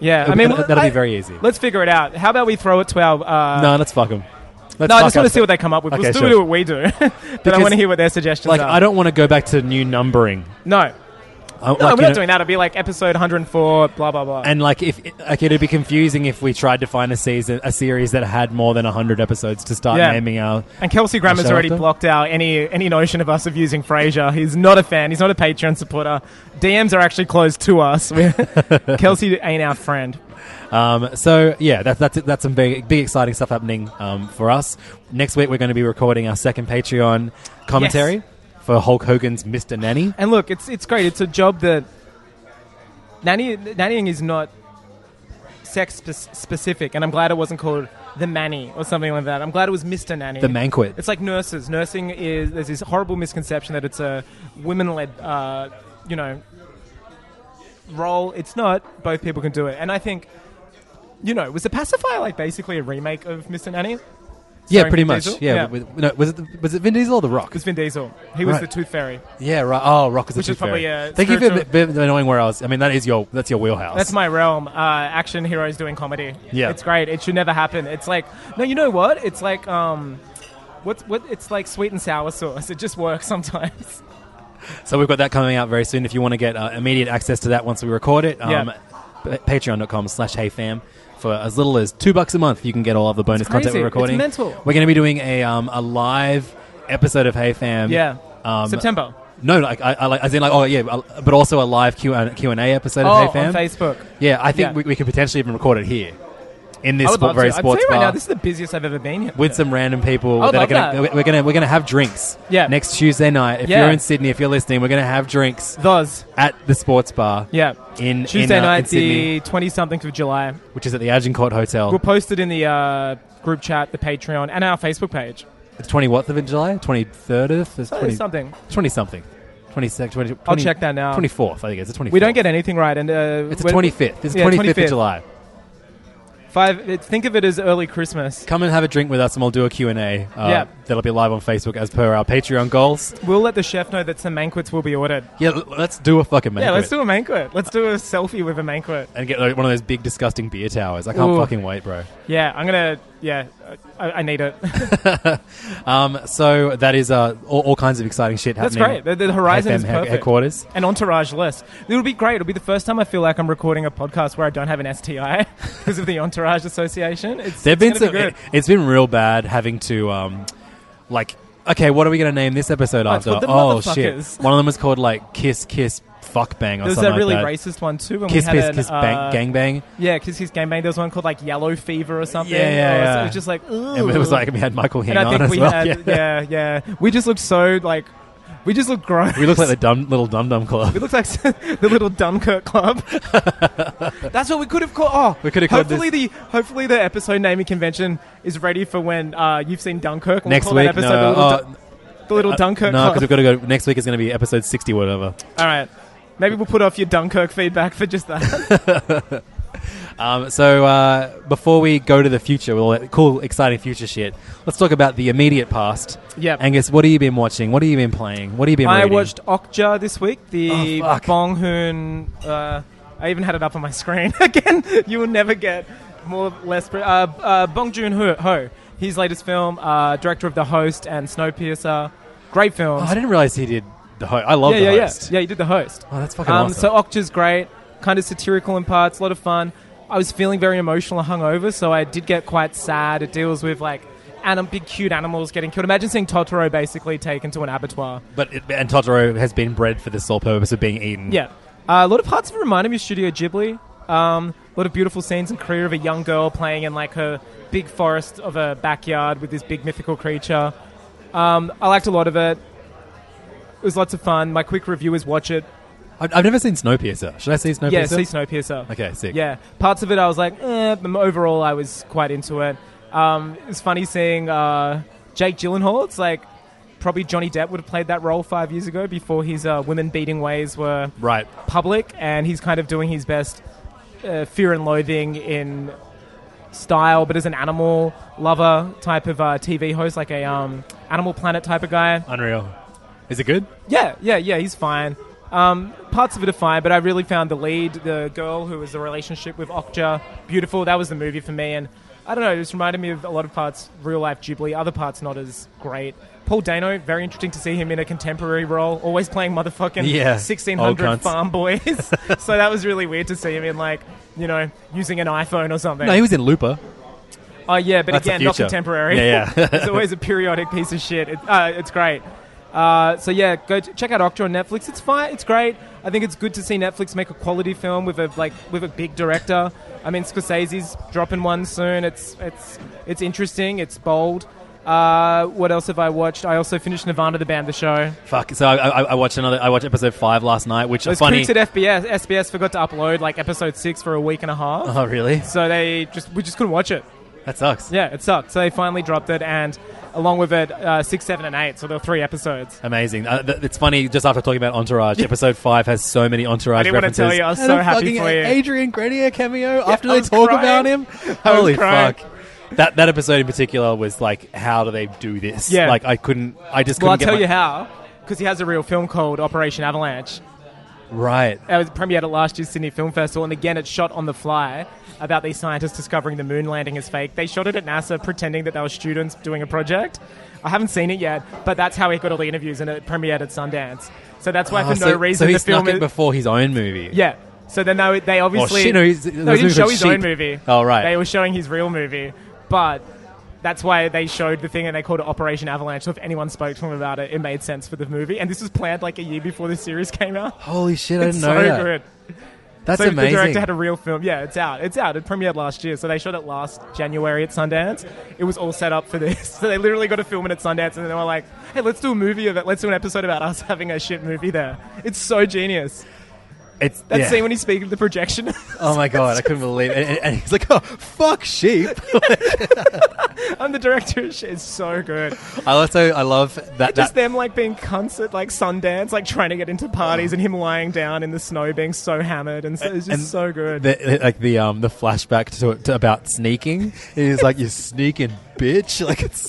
[SPEAKER 5] yeah, I
[SPEAKER 4] it'll-
[SPEAKER 5] mean,
[SPEAKER 4] that'll
[SPEAKER 5] I-
[SPEAKER 4] be very easy.
[SPEAKER 5] Let's figure it out. How about we throw it to our. Uh,
[SPEAKER 4] no, let's fuck them.
[SPEAKER 5] no, I just want to see what they come up with.
[SPEAKER 4] Okay,
[SPEAKER 5] let's
[SPEAKER 4] sure.
[SPEAKER 5] do what we do. but I
[SPEAKER 4] Because,
[SPEAKER 5] want to hear what their suggestions
[SPEAKER 4] Like,
[SPEAKER 5] are.
[SPEAKER 4] I don't want to go back to new numbering.
[SPEAKER 5] No, no,
[SPEAKER 4] I, like,
[SPEAKER 5] we're
[SPEAKER 4] you
[SPEAKER 5] not
[SPEAKER 4] know-
[SPEAKER 5] doing that. It'll be like episode 104, blah, blah, blah.
[SPEAKER 4] And like, if like it'd be confusing if we tried to find a season, a series that had more than hundred episodes to start
[SPEAKER 5] Yeah.
[SPEAKER 4] naming our.
[SPEAKER 5] And Kelsey Grammer's
[SPEAKER 4] Michelle
[SPEAKER 5] already
[SPEAKER 4] After?
[SPEAKER 5] blocked out any any notion of us of using Frasier. He's not a fan. He's not a Patreon supporter. DMs are actually closed to us. We're- Kelsey ain't our friend.
[SPEAKER 4] Um, so yeah, that's that's that's some big, big exciting stuff happening um, for us. Next week we're going to be recording our second Patreon commentary
[SPEAKER 5] Yes.
[SPEAKER 4] for Hulk Hogan's Mr. Nanny.
[SPEAKER 5] And look, it's it's great. It's a job that nanny nannying is not sex spe- specific, and I'm glad it wasn't called the manny or something like that. I'm glad it was Mister Nanny.
[SPEAKER 4] The Manquit.
[SPEAKER 5] It's like nurses. Nursing is there's this horrible misconception that it's a women-led, uh, you know, role. It's not. Both people can do it, and I think, you know, was the pacifier like basically a remake of Mr. Nanny?
[SPEAKER 4] yeah,
[SPEAKER 5] starring
[SPEAKER 4] pretty
[SPEAKER 5] Vin
[SPEAKER 4] much.
[SPEAKER 5] Diesel?
[SPEAKER 4] Yeah,
[SPEAKER 5] Yeah.
[SPEAKER 4] With, with- no, was it the, was it Vin Diesel or The Rock?
[SPEAKER 5] Because Vin Diesel, he was
[SPEAKER 4] Right.
[SPEAKER 5] the Tooth Fairy.
[SPEAKER 4] Yeah, right. Oh, Rock is the
[SPEAKER 5] Which is
[SPEAKER 4] Tooth Fairy.
[SPEAKER 5] probably, uh,
[SPEAKER 4] Thank you for
[SPEAKER 5] spiritual-
[SPEAKER 4] b- b- knowing where I was. I mean, that is your that's your wheelhouse.
[SPEAKER 5] That's my realm. Uh, action heroes doing comedy.
[SPEAKER 4] Yeah.
[SPEAKER 5] it's great. It should never happen. It's like no, you know what? It's like um, what's what? It's like sweet and sour sauce. It just works sometimes.
[SPEAKER 4] So we've got that coming out very soon. If you want to get uh, immediate access to that once we record it, um,
[SPEAKER 5] Yeah.
[SPEAKER 4] p- patreon.com slash heyfam. For as little as two bucks a month, you can get all of the bonus content
[SPEAKER 5] crazy.
[SPEAKER 4] we're
[SPEAKER 5] It's
[SPEAKER 4] recording.
[SPEAKER 5] mental.
[SPEAKER 4] We're going to be doing a, um, a live episode of Hey Fam.
[SPEAKER 5] Yeah.
[SPEAKER 4] Um,
[SPEAKER 5] September.
[SPEAKER 4] No, like I, I like as in like oh yeah, uh, but also a live Q and Q and A episode
[SPEAKER 5] Oh,
[SPEAKER 4] of Hey Fam.
[SPEAKER 5] on Facebook.
[SPEAKER 4] Yeah, I think
[SPEAKER 5] Yeah.
[SPEAKER 4] we, we could potentially even record it here in this
[SPEAKER 5] I would
[SPEAKER 4] sport,
[SPEAKER 5] love
[SPEAKER 4] very
[SPEAKER 5] to.
[SPEAKER 4] sports
[SPEAKER 5] I'm telling you right
[SPEAKER 4] bar
[SPEAKER 5] now, this is the busiest I've ever been here.
[SPEAKER 4] with some random people.
[SPEAKER 5] I would
[SPEAKER 4] are
[SPEAKER 5] love
[SPEAKER 4] gonna, We're gonna we're gonna have drinks.
[SPEAKER 5] Yeah.
[SPEAKER 4] Next Tuesday night, if
[SPEAKER 5] Yeah.
[SPEAKER 4] you're in Sydney, if you're listening, we're gonna have drinks
[SPEAKER 5] those.
[SPEAKER 4] at the sports bar.
[SPEAKER 5] Yeah.
[SPEAKER 4] In
[SPEAKER 5] Tuesday
[SPEAKER 4] in, uh, in
[SPEAKER 5] night,
[SPEAKER 4] Sydney, Oh.
[SPEAKER 5] the twenty something of July.
[SPEAKER 4] which is at the Agincourt Hotel.
[SPEAKER 5] We'll post it in the uh, group chat, the Patreon, and our Facebook page.
[SPEAKER 4] Twenty what of in July? Twenty third of It's
[SPEAKER 5] So
[SPEAKER 4] 20
[SPEAKER 5] something.
[SPEAKER 4] twenty something, twenty sec, twenty.
[SPEAKER 5] I'll check that now.
[SPEAKER 4] Twenty fourth, I think it's a twenty.
[SPEAKER 5] We don't get anything right, and uh,
[SPEAKER 4] It's a
[SPEAKER 5] when-
[SPEAKER 4] twenty fifth. It's
[SPEAKER 5] Yeah,
[SPEAKER 4] twenty fifth of
[SPEAKER 5] 25th.
[SPEAKER 4] July.
[SPEAKER 5] Five. It, think of it as early Christmas.
[SPEAKER 4] Come and have a drink with us, and we'll do a Q and A. Uh,
[SPEAKER 5] Yeah.
[SPEAKER 4] that'll be live on Facebook as per our Patreon goals.
[SPEAKER 5] We'll let the chef know that some manquets will be ordered.
[SPEAKER 4] Yeah, l- let's do a fucking
[SPEAKER 5] Yeah,
[SPEAKER 4] banquet
[SPEAKER 5] let's do a manquet. Let's do a selfie with a manquet.
[SPEAKER 4] and get like, one of those big disgusting beer towers. I can't
[SPEAKER 5] Ooh.
[SPEAKER 4] fucking wait, bro.
[SPEAKER 5] Yeah, I'm gonna. Yeah, I, I need it.
[SPEAKER 4] Um, so that is uh, all, all kinds of exciting shit
[SPEAKER 5] That's
[SPEAKER 4] happening.
[SPEAKER 5] great. The, the horizon
[SPEAKER 4] FM
[SPEAKER 5] is
[SPEAKER 4] he-
[SPEAKER 5] perfect.
[SPEAKER 4] headquarters.
[SPEAKER 5] An entourage list. It'll be great. It'll be the first time I feel like I'm recording a podcast where I don't have an STI because of the entourage association. It's,
[SPEAKER 4] There've
[SPEAKER 5] it's
[SPEAKER 4] been
[SPEAKER 5] gonna be
[SPEAKER 4] some.
[SPEAKER 5] good.
[SPEAKER 4] It, has been real bad having to um, like. Okay, what are we going to name this episode
[SPEAKER 5] Let's put
[SPEAKER 4] after?
[SPEAKER 5] the
[SPEAKER 4] oh shit!
[SPEAKER 5] motherfuckers.
[SPEAKER 4] One of them was called like Kiss Kiss Fuck Bang or
[SPEAKER 5] There was
[SPEAKER 4] something
[SPEAKER 5] that really
[SPEAKER 4] like that.
[SPEAKER 5] racist one too. When
[SPEAKER 4] Kiss
[SPEAKER 5] we had
[SPEAKER 4] Kiss
[SPEAKER 5] an,
[SPEAKER 4] Kiss
[SPEAKER 5] uh,
[SPEAKER 4] Bang Gang Bang.
[SPEAKER 5] Yeah, Kiss Kiss Gang Bang. There was one called like Yellow Fever or something.
[SPEAKER 4] Yeah, yeah,
[SPEAKER 5] Or- so
[SPEAKER 4] yeah.
[SPEAKER 5] It was just like.
[SPEAKER 4] And it was
[SPEAKER 5] "Ugh."
[SPEAKER 4] like we had Michael Hing
[SPEAKER 5] And I
[SPEAKER 4] on
[SPEAKER 5] think
[SPEAKER 4] as
[SPEAKER 5] we
[SPEAKER 4] well.
[SPEAKER 5] had. Yeah. yeah, We just looked so like. We just looked gross.
[SPEAKER 4] we looked like the dumb little dum dum
[SPEAKER 5] We
[SPEAKER 4] club.
[SPEAKER 5] looked like the little Dunkirk Club. That's what we could have called. Oh,
[SPEAKER 4] We could have called
[SPEAKER 5] Hopefully the hopefully the episode naming convention is ready for when uh, you've seen Dunkirk. We'll
[SPEAKER 4] Next
[SPEAKER 5] call
[SPEAKER 4] week,
[SPEAKER 5] that episode
[SPEAKER 4] no,
[SPEAKER 5] the little,
[SPEAKER 4] oh,
[SPEAKER 5] Dun- the little Dunkirk
[SPEAKER 4] no, because
[SPEAKER 5] Club.
[SPEAKER 4] we've got to go. Next week is going to be episode sixty, whatever.
[SPEAKER 5] All right, maybe we'll put off your Dunkirk feedback for just that.
[SPEAKER 4] Um, so uh, before we go to the future, with all that cool, exciting future shit, let's talk about the immediate past.
[SPEAKER 5] Yep.
[SPEAKER 4] Angus, what have you been watching? What have you been playing? What have you been
[SPEAKER 5] I
[SPEAKER 4] reading?
[SPEAKER 5] watched Okja this week. The
[SPEAKER 4] Oh, fuck.
[SPEAKER 5] Bong Hoon. Uh, I even had it up on my screen again. You will never get more less. Pre- uh, uh, Bong Joon Ho, Ho, his latest film, uh, director of The Host and Snowpiercer. Great
[SPEAKER 4] Oh,
[SPEAKER 5] films.
[SPEAKER 4] I didn't realize he did the host. I love
[SPEAKER 5] yeah,
[SPEAKER 4] the
[SPEAKER 5] yeah,
[SPEAKER 4] host.
[SPEAKER 5] yeah, yeah. You did the host.
[SPEAKER 4] Oh, that's fucking
[SPEAKER 5] Um,
[SPEAKER 4] awesome.
[SPEAKER 5] So Okja's great, kind of satirical in parts, a lot of fun. I was feeling very emotional and hungover, so I did get quite sad. It deals with like anim- big cute animals getting killed. Imagine seeing Totoro basically taken to an abattoir.
[SPEAKER 4] But it, and Totoro has been bred for the sole purpose of being eaten.
[SPEAKER 5] Yeah, uh, a lot of parts of it reminded me of Studio Ghibli. Um, a lot of beautiful scenes in Korea of a young girl playing in like her big forest of a backyard with this big mythical creature. Um, I liked a lot of it. It was lots of fun. My quick review is watch it.
[SPEAKER 4] I've, I've never seen Snowpiercer. Should I see Snowpiercer?
[SPEAKER 5] Yeah, see Snowpiercer.
[SPEAKER 4] Okay, sick.
[SPEAKER 5] Yeah, parts of it I was like, eh, but overall I was quite into it. Um, it's funny seeing uh, Jake Gyllenhaal. It's like probably Johnny Depp would have played that role five years ago before his uh, women beating ways were
[SPEAKER 4] Right.
[SPEAKER 5] public, and he's kind of doing his best uh, fear and loathing in style, but as an animal lover type of uh, TV host, like a um, Animal Planet type of guy.
[SPEAKER 4] Unreal. Is it good?
[SPEAKER 5] Yeah, yeah, yeah, he's fine. Um, parts of it are fine, but I really found the lead, the girl who was the relationship with Okja, beautiful. That was the movie for me, and I don't know, it just reminded me of a lot of parts real life Ghibli, other parts not as great. Paul Dano, very interesting to see him in a contemporary role, always playing motherfucking
[SPEAKER 4] Yeah, old
[SPEAKER 5] 1600
[SPEAKER 4] cunts.
[SPEAKER 5] farm boys. so that was really weird to see him in, like, you know, using an iPhone or something.
[SPEAKER 4] No, he was in Looper.
[SPEAKER 5] Oh yeah, but
[SPEAKER 4] That's the
[SPEAKER 5] again, not
[SPEAKER 4] future.
[SPEAKER 5] contemporary.
[SPEAKER 4] Yeah, yeah.
[SPEAKER 5] it's always a periodic piece of shit. It, uh, it's great. Uh, so yeah, go ch- check out Octo on Netflix. It's fine. It's great. I think it's good to see Netflix make a quality film with a like with a big director. I mean, Scorsese's dropping one soon. It's it's it's interesting. It's bold. Uh, what else have I watched? I also finished Nirvana the band, the show.
[SPEAKER 4] Fuck. So I, I, I watched another. I watched episode five last night, which
[SPEAKER 5] Those
[SPEAKER 4] is funny.
[SPEAKER 5] critics at FBS SBS forgot to upload like episode six for a week and a half,
[SPEAKER 4] oh, really?
[SPEAKER 5] so they just we just couldn't watch it.
[SPEAKER 4] That sucks.
[SPEAKER 5] Yeah, it sucked. So they finally dropped it, and along with it, uh, six, seven, and eight. So there were three episodes.
[SPEAKER 4] Amazing. Uh, th- it's funny. Just after talking about Entourage, episode five has so many Entourage
[SPEAKER 5] I didn't want to tell
[SPEAKER 4] references.
[SPEAKER 5] you. I was so happy for you.
[SPEAKER 4] Adrian Grenier cameo after
[SPEAKER 5] I
[SPEAKER 4] they
[SPEAKER 5] was
[SPEAKER 4] talk
[SPEAKER 5] crying.
[SPEAKER 4] about him.
[SPEAKER 5] I was
[SPEAKER 4] Holy
[SPEAKER 5] crying.
[SPEAKER 4] fuck. That, that episode in particular was like, how do they do this?
[SPEAKER 5] Yeah.
[SPEAKER 4] Like, I couldn't, I just couldn't
[SPEAKER 5] well, I'll
[SPEAKER 4] get
[SPEAKER 5] tell
[SPEAKER 4] my-
[SPEAKER 5] you how, because he has a real film called Operation Avalanche.
[SPEAKER 4] Right.
[SPEAKER 5] It was premiered at last year's Sydney Film Festival, and again, it's shot on the fly about these scientists discovering the moon landing is fake. They shot it at NASA pretending that they were students doing a project. I haven't seen it yet, but that's how he got all the interviews, and it premiered at Sundance. So that's why,
[SPEAKER 4] Oh,
[SPEAKER 5] for
[SPEAKER 4] so,
[SPEAKER 5] no reason,
[SPEAKER 4] so he
[SPEAKER 5] the film
[SPEAKER 4] snuck
[SPEAKER 5] is-
[SPEAKER 4] it before his own movie.
[SPEAKER 5] Yeah. So then they, they obviously
[SPEAKER 4] Oh, shit, no, he's-
[SPEAKER 5] they
[SPEAKER 4] those
[SPEAKER 5] didn't
[SPEAKER 4] movies
[SPEAKER 5] show
[SPEAKER 4] are
[SPEAKER 5] his
[SPEAKER 4] cheap.
[SPEAKER 5] own movie.
[SPEAKER 4] Oh, right.
[SPEAKER 5] They were showing his real movie, but that's why they showed the thing and they called it Operation Avalanche. So if anyone spoke to him about it, it made sense for the movie. And this was planned like a year before the series came out.
[SPEAKER 4] Holy shit! I
[SPEAKER 5] it's
[SPEAKER 4] didn't know
[SPEAKER 5] so
[SPEAKER 4] that.
[SPEAKER 5] good.
[SPEAKER 4] That's
[SPEAKER 5] so the
[SPEAKER 4] amazing.
[SPEAKER 5] director had a real film. Yeah, it's out. It's out. It premiered last year. So they shot it last January at Sundance. It was all set up for this. So they literally got to film it at Sundance and then they were like, hey, let's do a movie of it. Let's do an episode about us having a shit movie there. It's so genius.
[SPEAKER 4] It's
[SPEAKER 5] That
[SPEAKER 4] yeah.
[SPEAKER 5] scene when he's speaking to the projection.
[SPEAKER 4] Oh my god, I couldn't believe it. And, and he's like, "Oh, fuck sheep."
[SPEAKER 5] I'm the director. It's it's so good.
[SPEAKER 4] I also I love that.
[SPEAKER 5] Just
[SPEAKER 4] Uh, that
[SPEAKER 5] them like being cunts at like Sundance, like trying to get into parties, and him lying down in the snow, being so hammered, and so, it's just
[SPEAKER 4] and
[SPEAKER 5] so good.
[SPEAKER 4] the, like the um the flashback to, to about sneaking. He's like, "You sneaking bitch!" Like it's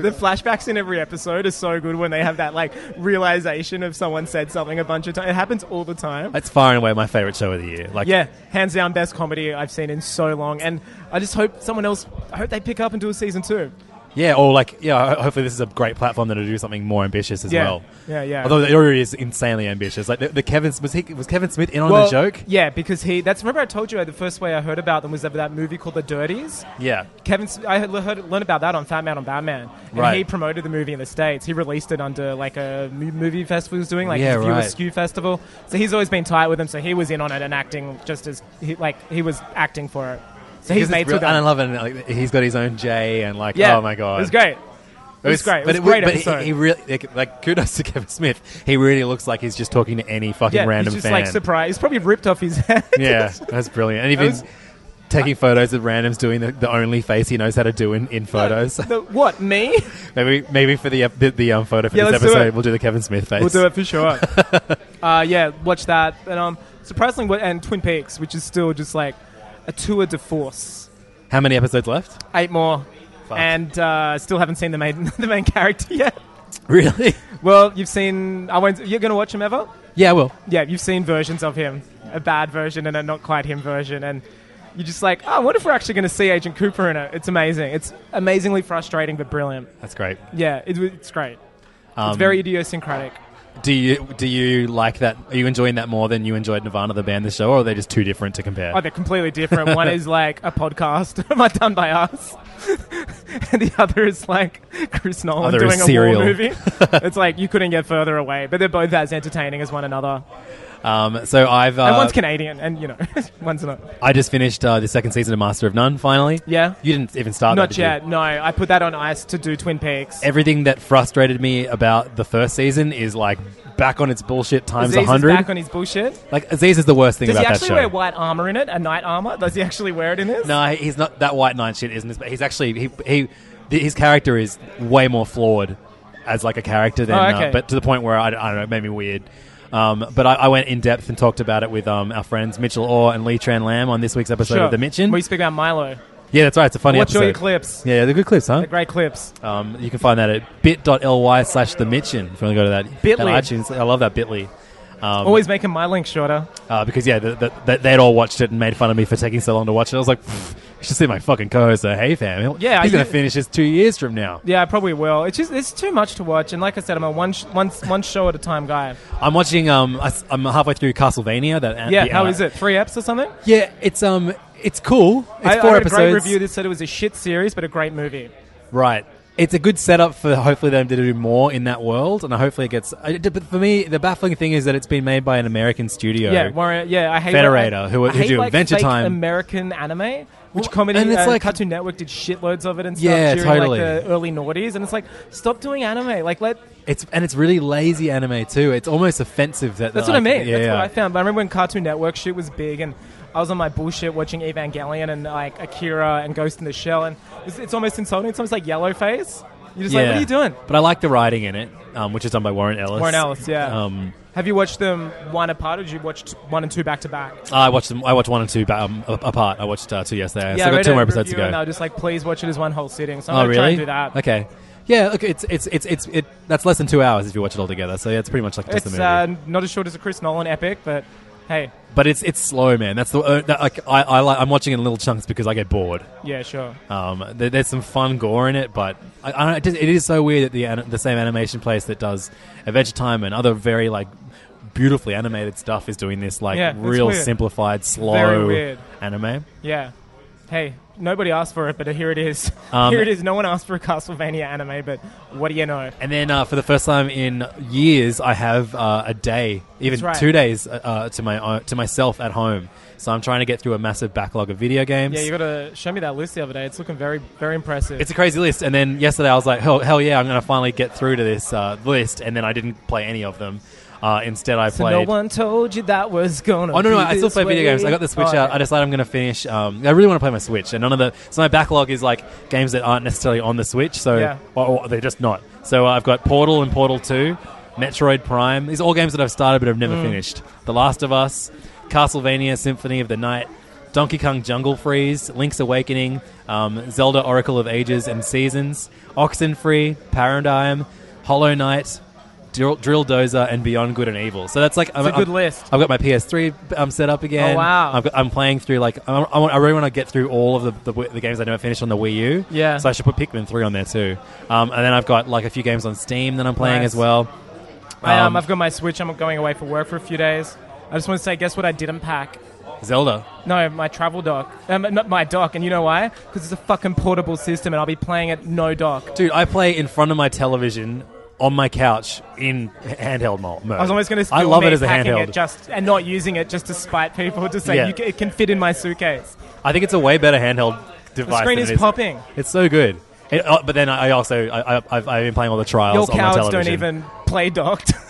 [SPEAKER 5] The flashbacks in every episode are so good when they have that like realization of someone said something a bunch of times. It happens all the time.
[SPEAKER 4] It's far and away my favorite show of the year. Like,
[SPEAKER 5] yeah, hands down best comedy I've seen in so long, and I just hope someone else. I hope they pick up and do a season two.
[SPEAKER 4] yeah, or like, yeah. ho- Hopefully, this is a great platform then to do something more ambitious as
[SPEAKER 5] Yeah.
[SPEAKER 4] well.
[SPEAKER 5] Yeah, yeah.
[SPEAKER 4] Although it already is insanely ambitious. Like the, the Kevin was he was Kevin Smith in on the joke?
[SPEAKER 5] Yeah, because he. That's remember I told you the first way I heard about them was over that movie called The Dirties.
[SPEAKER 4] Yeah.
[SPEAKER 5] Kevin, S- I had heard, learned about that on Fat Man on Batman, and
[SPEAKER 4] Right.
[SPEAKER 5] he promoted the movie in the states. He released it under like a mo- movie festival he was doing, like
[SPEAKER 4] Yeah,
[SPEAKER 5] his View
[SPEAKER 4] right.
[SPEAKER 5] Askew festival. So he's always been tight with him. So he was in on it and acting just as he, like he was acting for it. So he's
[SPEAKER 4] Because it's
[SPEAKER 5] mates
[SPEAKER 4] real-
[SPEAKER 5] with
[SPEAKER 4] and I
[SPEAKER 5] them.
[SPEAKER 4] love it. and, Like, he's got his own J, and like,
[SPEAKER 5] Yeah,
[SPEAKER 4] oh my god,
[SPEAKER 5] it was great. It was great. It was a
[SPEAKER 4] w-
[SPEAKER 5] great
[SPEAKER 4] but
[SPEAKER 5] episode.
[SPEAKER 4] He, he really like, like kudos to Kevin Smith. He really looks like he's just talking to any fucking
[SPEAKER 5] yeah,
[SPEAKER 4] random
[SPEAKER 5] he's just
[SPEAKER 4] fan.
[SPEAKER 5] like surprised. He's probably ripped off his head.
[SPEAKER 4] yeah, that's brilliant. And even
[SPEAKER 5] was-
[SPEAKER 4] taking photos of randoms, doing the, the only face he knows how to do in, in photos.
[SPEAKER 5] The- what me?
[SPEAKER 4] maybe maybe for the ep- the, the um, photo for
[SPEAKER 5] Yeah,
[SPEAKER 4] this
[SPEAKER 5] let's do
[SPEAKER 4] episode,
[SPEAKER 5] it.
[SPEAKER 4] we'll do the Kevin Smith face.
[SPEAKER 5] We'll do it for sure. uh, yeah, watch that. And um, surprisingly, what- and Twin Peaks, which is still just like a tour de force.
[SPEAKER 4] How many episodes left?
[SPEAKER 5] eight more,
[SPEAKER 4] Fuck.
[SPEAKER 5] and uh, still haven't seen the main the main character yet.
[SPEAKER 4] Really?
[SPEAKER 5] Well, you've seen. I won't. You're gonna watch him ever?
[SPEAKER 4] Yeah, well,
[SPEAKER 5] Yeah, you've seen versions of him, a bad version and a not quite him version, and you're just like, oh, what if we're actually gonna see Agent Cooper in it? It's amazing. It's amazingly frustrating but brilliant.
[SPEAKER 4] that's great.
[SPEAKER 5] Yeah, it, it's great.
[SPEAKER 4] Um,
[SPEAKER 5] it's very idiosyncratic.
[SPEAKER 4] Do you do you like that? Are you enjoying that more than you enjoyed Nirvana the band the show, or are they just too different to compare?
[SPEAKER 5] Oh, they're completely different. One is like a podcast like done by us, and the other is like Chris Nolan
[SPEAKER 4] Other
[SPEAKER 5] doing
[SPEAKER 4] is
[SPEAKER 5] a
[SPEAKER 4] Serial.
[SPEAKER 5] war movie. it's like you couldn't get further away, but they're both as entertaining as one another.
[SPEAKER 4] um, so I've uh,
[SPEAKER 5] And one's Canadian, and you know, one's not.
[SPEAKER 4] I just finished uh, the second season of Master of None. Finally,
[SPEAKER 5] Yeah.
[SPEAKER 4] you didn't even start. that,
[SPEAKER 5] Not
[SPEAKER 4] did you?
[SPEAKER 5] yet. No, I put that on ice to do Twin Peaks.
[SPEAKER 4] Everything that frustrated me about the first season is like back on its bullshit times
[SPEAKER 5] Aziz
[SPEAKER 4] a
[SPEAKER 5] is
[SPEAKER 4] hundred.
[SPEAKER 5] back on his bullshit.
[SPEAKER 4] like Aziz is the worst thing
[SPEAKER 5] Does he
[SPEAKER 4] about that
[SPEAKER 5] actually
[SPEAKER 4] show.
[SPEAKER 5] wear white armor in it? A knight armor? Does he actually wear it in this?
[SPEAKER 4] no, he's not that white knight shit, isn't it? But he's actually he he th- his character is way more flawed as like a character than,
[SPEAKER 5] Oh,
[SPEAKER 4] uh,
[SPEAKER 5] okay.
[SPEAKER 4] but to the point where I, I don't know, it made me weird. Um, but I, I went in depth and talked about it with um, our friends Mitchell Orr and Lee Tran Lam on this week's episode
[SPEAKER 5] sure.
[SPEAKER 4] of The Mitchin.
[SPEAKER 5] We speak about Milo.
[SPEAKER 4] yeah, that's right. It's a funny
[SPEAKER 5] Watch all
[SPEAKER 4] episode.
[SPEAKER 5] your clips.
[SPEAKER 4] Yeah, yeah, they're good clips, huh?
[SPEAKER 5] They're great clips.
[SPEAKER 4] Um, you can find that at bit.ly slash the Mitchin if you want to go to that.
[SPEAKER 5] Bitly.
[SPEAKER 4] that iTunes. I love that bit.ly. Um,
[SPEAKER 5] Always making my link shorter.
[SPEAKER 4] uh, because yeah, the, the, the, they'd all watched it and made fun of me for taking so long to watch it. I was like, "Pfft, you should see my fucking co-host. uh, Hey, fam, he'll-
[SPEAKER 5] Yeah,
[SPEAKER 4] he's
[SPEAKER 5] I
[SPEAKER 4] gonna
[SPEAKER 5] did-
[SPEAKER 4] finish this two years from now.
[SPEAKER 5] Yeah, I probably will. It's just it's too much to watch, and like I said, I'm a one sh- one, s- one show at a time guy.
[SPEAKER 4] I'm watching. Um, I, am halfway through Castlevania. That an-
[SPEAKER 5] Yeah,
[SPEAKER 4] the,
[SPEAKER 5] how
[SPEAKER 4] uh,
[SPEAKER 5] is it? Three eps or something?
[SPEAKER 4] Yeah, it's um, it's cool. It's
[SPEAKER 5] I,
[SPEAKER 4] four
[SPEAKER 5] I read
[SPEAKER 4] episodes.
[SPEAKER 5] a great review that said it was a shit series, but a great movie.
[SPEAKER 4] Right. It's a good setup for hopefully them to do more in that world, and hopefully it gets. I- But for me, the baffling thing is that it's been made by an American studio.
[SPEAKER 5] Yeah, Warrior, yeah, I hate
[SPEAKER 4] Federator,
[SPEAKER 5] I,
[SPEAKER 4] who-
[SPEAKER 5] I
[SPEAKER 4] who
[SPEAKER 5] hate,
[SPEAKER 4] do
[SPEAKER 5] like,
[SPEAKER 4] Adventure
[SPEAKER 5] fake
[SPEAKER 4] Time.
[SPEAKER 5] American anime, which
[SPEAKER 4] Well,
[SPEAKER 5] comedy
[SPEAKER 4] and it's
[SPEAKER 5] uh,
[SPEAKER 4] like-
[SPEAKER 5] Cartoon Network did shitloads of it and stuff
[SPEAKER 4] Yeah,
[SPEAKER 5] during
[SPEAKER 4] totally.
[SPEAKER 5] like the early noughties, and it's like stop doing anime. Like let
[SPEAKER 4] It's and it's really lazy anime too. It's almost offensive that
[SPEAKER 5] That's
[SPEAKER 4] that,
[SPEAKER 5] what I
[SPEAKER 4] like,
[SPEAKER 5] mean.
[SPEAKER 4] Yeah,
[SPEAKER 5] That's
[SPEAKER 4] yeah.
[SPEAKER 5] what I found. But I remember when Cartoon Network shit was big, and I was on my bullshit watching Evangelion and like Akira and Ghost in the Shell, and it's, it's almost insulting. It's almost like yellow face. You're just like, what
[SPEAKER 4] Yeah.
[SPEAKER 5] are you doing?
[SPEAKER 4] But I like the writing in it, um, which is done by Warren Ellis.
[SPEAKER 5] Warren Ellis, yeah.
[SPEAKER 4] Um,
[SPEAKER 5] Have you watched them one apart, or did you watch t- one and two back to back?
[SPEAKER 4] I watched them. I watched one and two ba- um, a- apart. I watched uh, two yesterday.
[SPEAKER 5] Yeah,
[SPEAKER 4] so I
[SPEAKER 5] read
[SPEAKER 4] got two
[SPEAKER 5] a
[SPEAKER 4] more episodes
[SPEAKER 5] review
[SPEAKER 4] to go.
[SPEAKER 5] And they were just like, please watch it as one whole sitting. So I'm
[SPEAKER 4] oh,
[SPEAKER 5] gonna
[SPEAKER 4] really?
[SPEAKER 5] try and do that.
[SPEAKER 4] Okay. Yeah, look, it's it's it's it's it. That's less than two hours if you watch it all together. So yeah, it's pretty much like just the
[SPEAKER 5] It's
[SPEAKER 4] movie.
[SPEAKER 5] uh, not as short as a Chris Nolan epic, but hey,
[SPEAKER 4] but it's it's slow, man. That's the uh, that, like I, I like, I'm watching it in little chunks because I get bored.
[SPEAKER 5] yeah, sure.
[SPEAKER 4] Um, there, there's some fun gore in it, but I, I, don't- it, just, it is so weird that the an- the same animation place that does Adventure Time and other very like beautifully animated stuff is doing this like
[SPEAKER 5] Yeah, it's
[SPEAKER 4] real
[SPEAKER 5] weird.
[SPEAKER 4] simplified
[SPEAKER 5] very
[SPEAKER 4] slow
[SPEAKER 5] weird.
[SPEAKER 4] anime.
[SPEAKER 5] Yeah. Hey, nobody asked for it, but here it is.
[SPEAKER 4] Um,
[SPEAKER 5] here it is. No one asked for a Castlevania anime, but what do you know?
[SPEAKER 4] And then uh, for the first time in years, I have uh, a day, even
[SPEAKER 5] That's right.
[SPEAKER 4] two days, uh, uh, to my own, to myself at home. So I'm trying to get through a massive backlog of video games.
[SPEAKER 5] Yeah, you got to show me that list the other day. It's looking very, very impressive.
[SPEAKER 4] it's a crazy list. And then yesterday I was like, hell, hell yeah, I'm going to finally get through to this uh, list. And then I didn't play any of them. Uh, instead, I
[SPEAKER 5] So
[SPEAKER 4] played.
[SPEAKER 5] no one told you that was gonna.
[SPEAKER 4] Oh no, no!
[SPEAKER 5] be
[SPEAKER 4] I still
[SPEAKER 5] this
[SPEAKER 4] play video
[SPEAKER 5] way.
[SPEAKER 4] games. I got the Switch
[SPEAKER 5] Oh,
[SPEAKER 4] out.
[SPEAKER 5] okay.
[SPEAKER 4] I decided I'm going to finish. Um, I really want to play my Switch, and none of the so my backlog is like games that aren't necessarily on the Switch, so
[SPEAKER 5] Yeah.
[SPEAKER 4] or, or they're just not. So I've got Portal and Portal Two, Metroid Prime. These are all games that I've started but have never finished. The Last of Us, Castlevania Symphony of the Night, Donkey Kong Jungle Freeze, Link's Awakening, um, Zelda Oracle of Ages and Seasons, Oxenfree, Paradigm, Hollow Knight. Drill, Drill Dozer and Beyond Good and Evil. So that's like
[SPEAKER 5] It's a
[SPEAKER 4] I'm-
[SPEAKER 5] good
[SPEAKER 4] I'm-
[SPEAKER 5] list.
[SPEAKER 4] I've got my PS3 um, set up again.
[SPEAKER 5] Oh, wow.
[SPEAKER 4] I've got, I'm playing through like I, I, want- I really want to get through all of the, the, w- the games I never finished on the Wii U.
[SPEAKER 5] Yeah.
[SPEAKER 4] So I should put Pikmin 3 on there too. Um, and then I've got like a few games on Steam that I'm playing
[SPEAKER 5] Nice.
[SPEAKER 4] as well.
[SPEAKER 5] I, um,
[SPEAKER 4] Um,
[SPEAKER 5] I've got my Switch. I'm going away for work for a few days. I just want to say, guess what? I didn't pack.
[SPEAKER 4] Zelda.
[SPEAKER 5] No, my travel dock. Um, not my dock. And you know why? Because it's a fucking portable system, and I'll be playing it no dock.
[SPEAKER 4] Dude, I play in front of my television on my couch in handheld mo- mode.
[SPEAKER 5] I was almost going to.
[SPEAKER 4] I love it as a handheld.
[SPEAKER 5] It just and not using it just to spite people to say
[SPEAKER 4] Yeah.
[SPEAKER 5] you ca it can fit in my suitcase.
[SPEAKER 4] I think it's a way better handheld device.
[SPEAKER 5] The screen
[SPEAKER 4] than
[SPEAKER 5] is
[SPEAKER 4] it is
[SPEAKER 5] popping.
[SPEAKER 4] It's so good. It, uh, but then I also I, I, I've, I've been playing all the trials
[SPEAKER 5] Your
[SPEAKER 4] on my
[SPEAKER 5] cowards don't
[SPEAKER 4] television.
[SPEAKER 5] even play docked.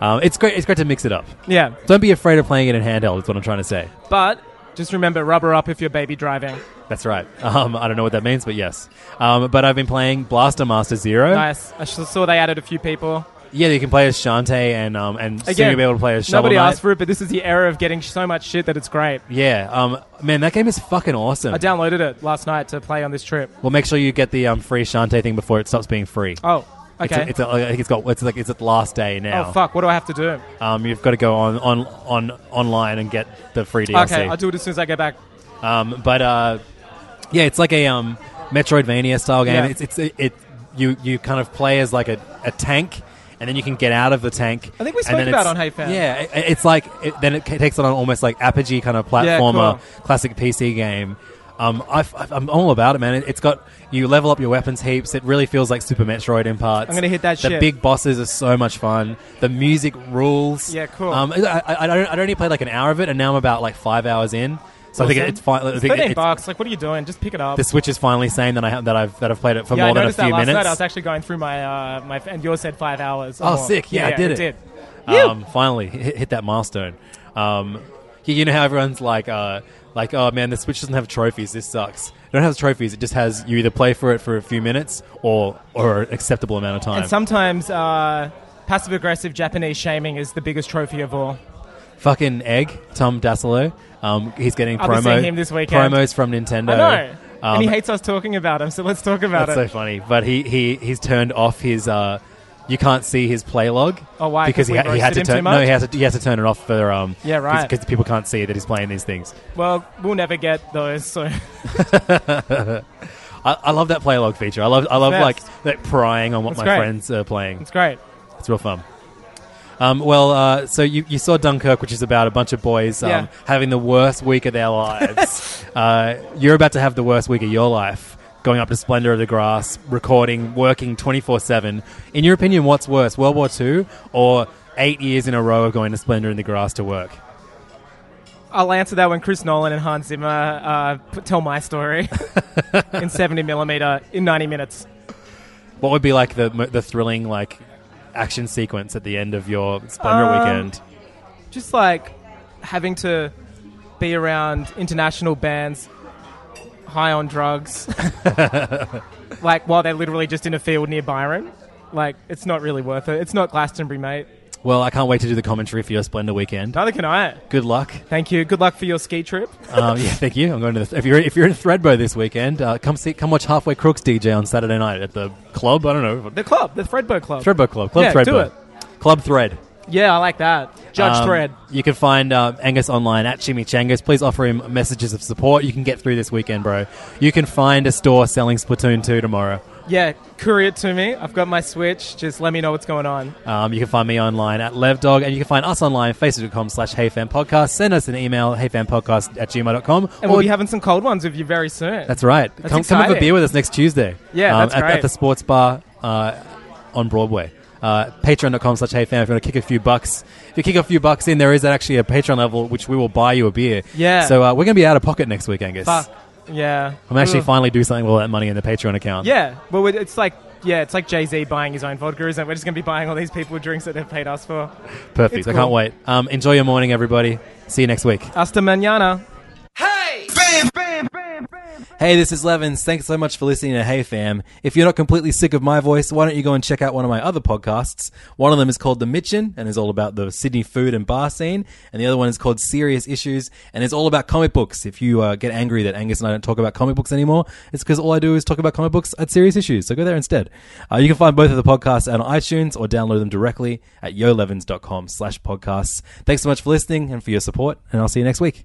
[SPEAKER 4] Um, it's great. It's great to mix it up.
[SPEAKER 5] yeah,
[SPEAKER 4] Don't be afraid of playing it in handheld. Is what I'm trying to say.
[SPEAKER 5] but just remember, rubber up if you're baby driving.
[SPEAKER 4] That's right. Um, I don't know what that means, but yes. Um, but I've been playing Blaster Master Zero.
[SPEAKER 5] Nice. I s- saw they added a few people.
[SPEAKER 4] Yeah, you can play as Shantae and um, and soon
[SPEAKER 5] Again,
[SPEAKER 4] you'll be able to play as Shovel
[SPEAKER 5] Nobody
[SPEAKER 4] Knight.
[SPEAKER 5] asked for it, but this is the era of getting so much shit that it's great.
[SPEAKER 4] Yeah, um, man, that game is fucking awesome.
[SPEAKER 5] I downloaded it last night to play on this trip.
[SPEAKER 4] well, make sure you get the um, free Shantae thing before it stops being free.
[SPEAKER 5] Oh,
[SPEAKER 4] It's-
[SPEAKER 5] okay.
[SPEAKER 4] It's, a, I think it's got it's like it's the last day now.
[SPEAKER 5] oh fuck! What do I have to do?
[SPEAKER 4] Um, you've got to go on, on on online and get the free DLC.
[SPEAKER 5] Okay, I'll do it as soon as I get back.
[SPEAKER 4] Um, but uh, yeah, it's like a um, Metroidvania style game.
[SPEAKER 5] Yeah.
[SPEAKER 4] It's, it's it, it you you kind of play as like a, a tank, and then you can get out of the tank.
[SPEAKER 5] I think we
[SPEAKER 4] and
[SPEAKER 5] spoke
[SPEAKER 4] then
[SPEAKER 5] about
[SPEAKER 4] it's-
[SPEAKER 5] on Hey Fam.
[SPEAKER 4] Yeah, it, it's like it, then it ca- takes it on almost like Apogee kind of platformer, classic PC game. Um, I, am all about it, man. It, it's got you level up your weapons heaps. It really feels like Super Metroid in parts.
[SPEAKER 5] I'm gonna hit that
[SPEAKER 4] The
[SPEAKER 5] shit.
[SPEAKER 4] big bosses are so much fun. The music rules.
[SPEAKER 5] Yeah, cool.
[SPEAKER 4] Um, I, I, I don't. I only played like an hour of it, and now I'm about like five hours in. So I think
[SPEAKER 5] Awesome.
[SPEAKER 4] it's fine. I
[SPEAKER 5] It's
[SPEAKER 4] think
[SPEAKER 5] Thirteen
[SPEAKER 4] it's-
[SPEAKER 5] bucks. Like, what are you doing? Just pick it up.
[SPEAKER 4] the Switch is finally saying that I have that I've that I've played it for
[SPEAKER 5] yeah,
[SPEAKER 4] more
[SPEAKER 5] I
[SPEAKER 4] than a
[SPEAKER 5] noticed
[SPEAKER 4] few
[SPEAKER 5] that last night.
[SPEAKER 4] minutes.
[SPEAKER 5] I was actually going through my uh, my f- and yours said five hours. or
[SPEAKER 4] oh,
[SPEAKER 5] more.
[SPEAKER 4] sick! Yeah, I did
[SPEAKER 5] it.
[SPEAKER 4] it. Um, finally, hit, hit that milestone. Um, yeah, you know how everyone's like, uh, like, oh man, the Switch doesn't have trophies. This sucks. It don't have trophies. It just has you either play for it for a few minutes or or an acceptable amount of time.
[SPEAKER 5] And sometimes uh, passive aggressive Japanese shaming is the biggest trophy of all.
[SPEAKER 4] Fucking egg, Tom Dassolo. Um, he's getting
[SPEAKER 5] I'll be
[SPEAKER 4] promo
[SPEAKER 5] seeing him this weekend.
[SPEAKER 4] promos from Nintendo.
[SPEAKER 5] I know.
[SPEAKER 4] Um,
[SPEAKER 5] and he hates us talking about him, so let's talk about
[SPEAKER 4] That's
[SPEAKER 5] it.
[SPEAKER 4] so funny. But he, he he's turned off his. Uh, you can't see his play log.
[SPEAKER 5] Oh, why? 'Cause
[SPEAKER 4] Because he,
[SPEAKER 5] we
[SPEAKER 4] ha- he had
[SPEAKER 5] roasted
[SPEAKER 4] to
[SPEAKER 5] him
[SPEAKER 4] turn.
[SPEAKER 5] too
[SPEAKER 4] No,
[SPEAKER 5] much?
[SPEAKER 4] he has to. He has to turn it off for. Um,
[SPEAKER 5] Yeah, right.
[SPEAKER 4] Because people can't see that he's playing these things.
[SPEAKER 5] well, we'll never get those. So
[SPEAKER 4] I, I love that play log feature. I love. I love
[SPEAKER 5] Best.
[SPEAKER 4] like that prying on what
[SPEAKER 5] That's
[SPEAKER 4] my
[SPEAKER 5] great.
[SPEAKER 4] friends are playing.
[SPEAKER 5] it's great.
[SPEAKER 4] It's real fun. Um, well, uh, so you, you saw Dunkirk, which is about a bunch of boys um,
[SPEAKER 5] Yeah.
[SPEAKER 4] having the worst week of their lives. uh, you're about to have the worst week of your life, going up to Splendor of the Grass, recording, working 24 7. In your opinion, what's worse, World War II or eight years in a row of going to Splendor in the Grass to work?
[SPEAKER 5] I'll answer that when Chris Nolan and Hans Zimmer uh, p- tell my story in 70 millimeter in 90 minutes.
[SPEAKER 4] What would be like the, mo- the thrilling like action sequence at the end of your Splendor
[SPEAKER 5] Um,
[SPEAKER 4] weekend?
[SPEAKER 5] Just like having to be around international bands high on drugs, like while they're literally just in a field near Byron. Like, it's not really worth it. It's not Glastonbury, mate.
[SPEAKER 4] Well, I can't wait to do the commentary for your Splendor weekend.
[SPEAKER 5] Neither can I.
[SPEAKER 4] Good luck.
[SPEAKER 5] Thank you. Good luck for your ski trip.
[SPEAKER 4] um, yeah, thank you. I'm going to the, if you're if you're in Threadbow this weekend, uh, come see come watch Halfway Crooks DJ on Saturday night at the club. I don't know
[SPEAKER 5] The club, the Fredbo Club.
[SPEAKER 4] Threadbow Club, Club
[SPEAKER 5] Yeah,
[SPEAKER 4] Threadbow,
[SPEAKER 5] do it.
[SPEAKER 4] Club Thread.
[SPEAKER 5] Yeah, I like that. Judge
[SPEAKER 4] Um,
[SPEAKER 5] Thread.
[SPEAKER 4] You can find uh, Angus online at Chimichangas. Please offer him messages of support. You can get through this weekend, bro. You can find a store selling Splatoon 2 tomorrow.
[SPEAKER 5] Yeah, courier it to me. I've got my Switch. Just let me know what's going on.
[SPEAKER 4] Um, you can find me online at LevDog, and you can find us online, facebook.com slash heyfanpodcast. Send us an email, heyfanpodcast at gmail.com.
[SPEAKER 5] And we'll be having some cold ones with you very soon.
[SPEAKER 4] That's right. come, come have a
[SPEAKER 5] exciting.
[SPEAKER 4] beer with us next Tuesday. um,
[SPEAKER 5] Yeah, that's
[SPEAKER 4] at, at
[SPEAKER 5] great.
[SPEAKER 4] the sports bar uh, on Broadway. Uh, Patreon.com slash HeyFam if you want to kick a few bucks. If you kick a few bucks in, there is actually a Patreon level which we will buy you a beer.
[SPEAKER 5] Yeah.
[SPEAKER 4] So uh, we're going to be out of pocket next week, Angus.
[SPEAKER 5] Fuck. Yeah.
[SPEAKER 4] I'm actually
[SPEAKER 5] Ugh.
[SPEAKER 4] finally do something with all that money in the Patreon account.
[SPEAKER 5] Yeah. Well, it- it's like yeah, it's like Jay Z buying his own vodka, isn't it? We're just going to be buying all these people drinks that they've paid us for.
[SPEAKER 4] Perfect.
[SPEAKER 5] It's
[SPEAKER 4] I can't
[SPEAKER 5] cool.
[SPEAKER 4] wait. Um, enjoy your morning, everybody. See you next week.
[SPEAKER 5] Hasta mañana.
[SPEAKER 4] Hey, this is Levins. Thanks so much for listening to Hey Fam. If you're not completely sick of my voice, why don't you go and check out one of my other podcasts? One of them is called The Mitchin and is all about the Sydney food and bar scene, and the other one is called Serious Issues and it's all about comic books. If you uh, get angry that Angus and I don't talk about comic books anymore, it's because all I do is talk about comic books at Serious Issues. So go there instead. Uh, you can find both of the podcasts out on iTunes or download them directly at yolevins.com slash podcasts. Thanks so much for listening and for your support, and I'll see you next week.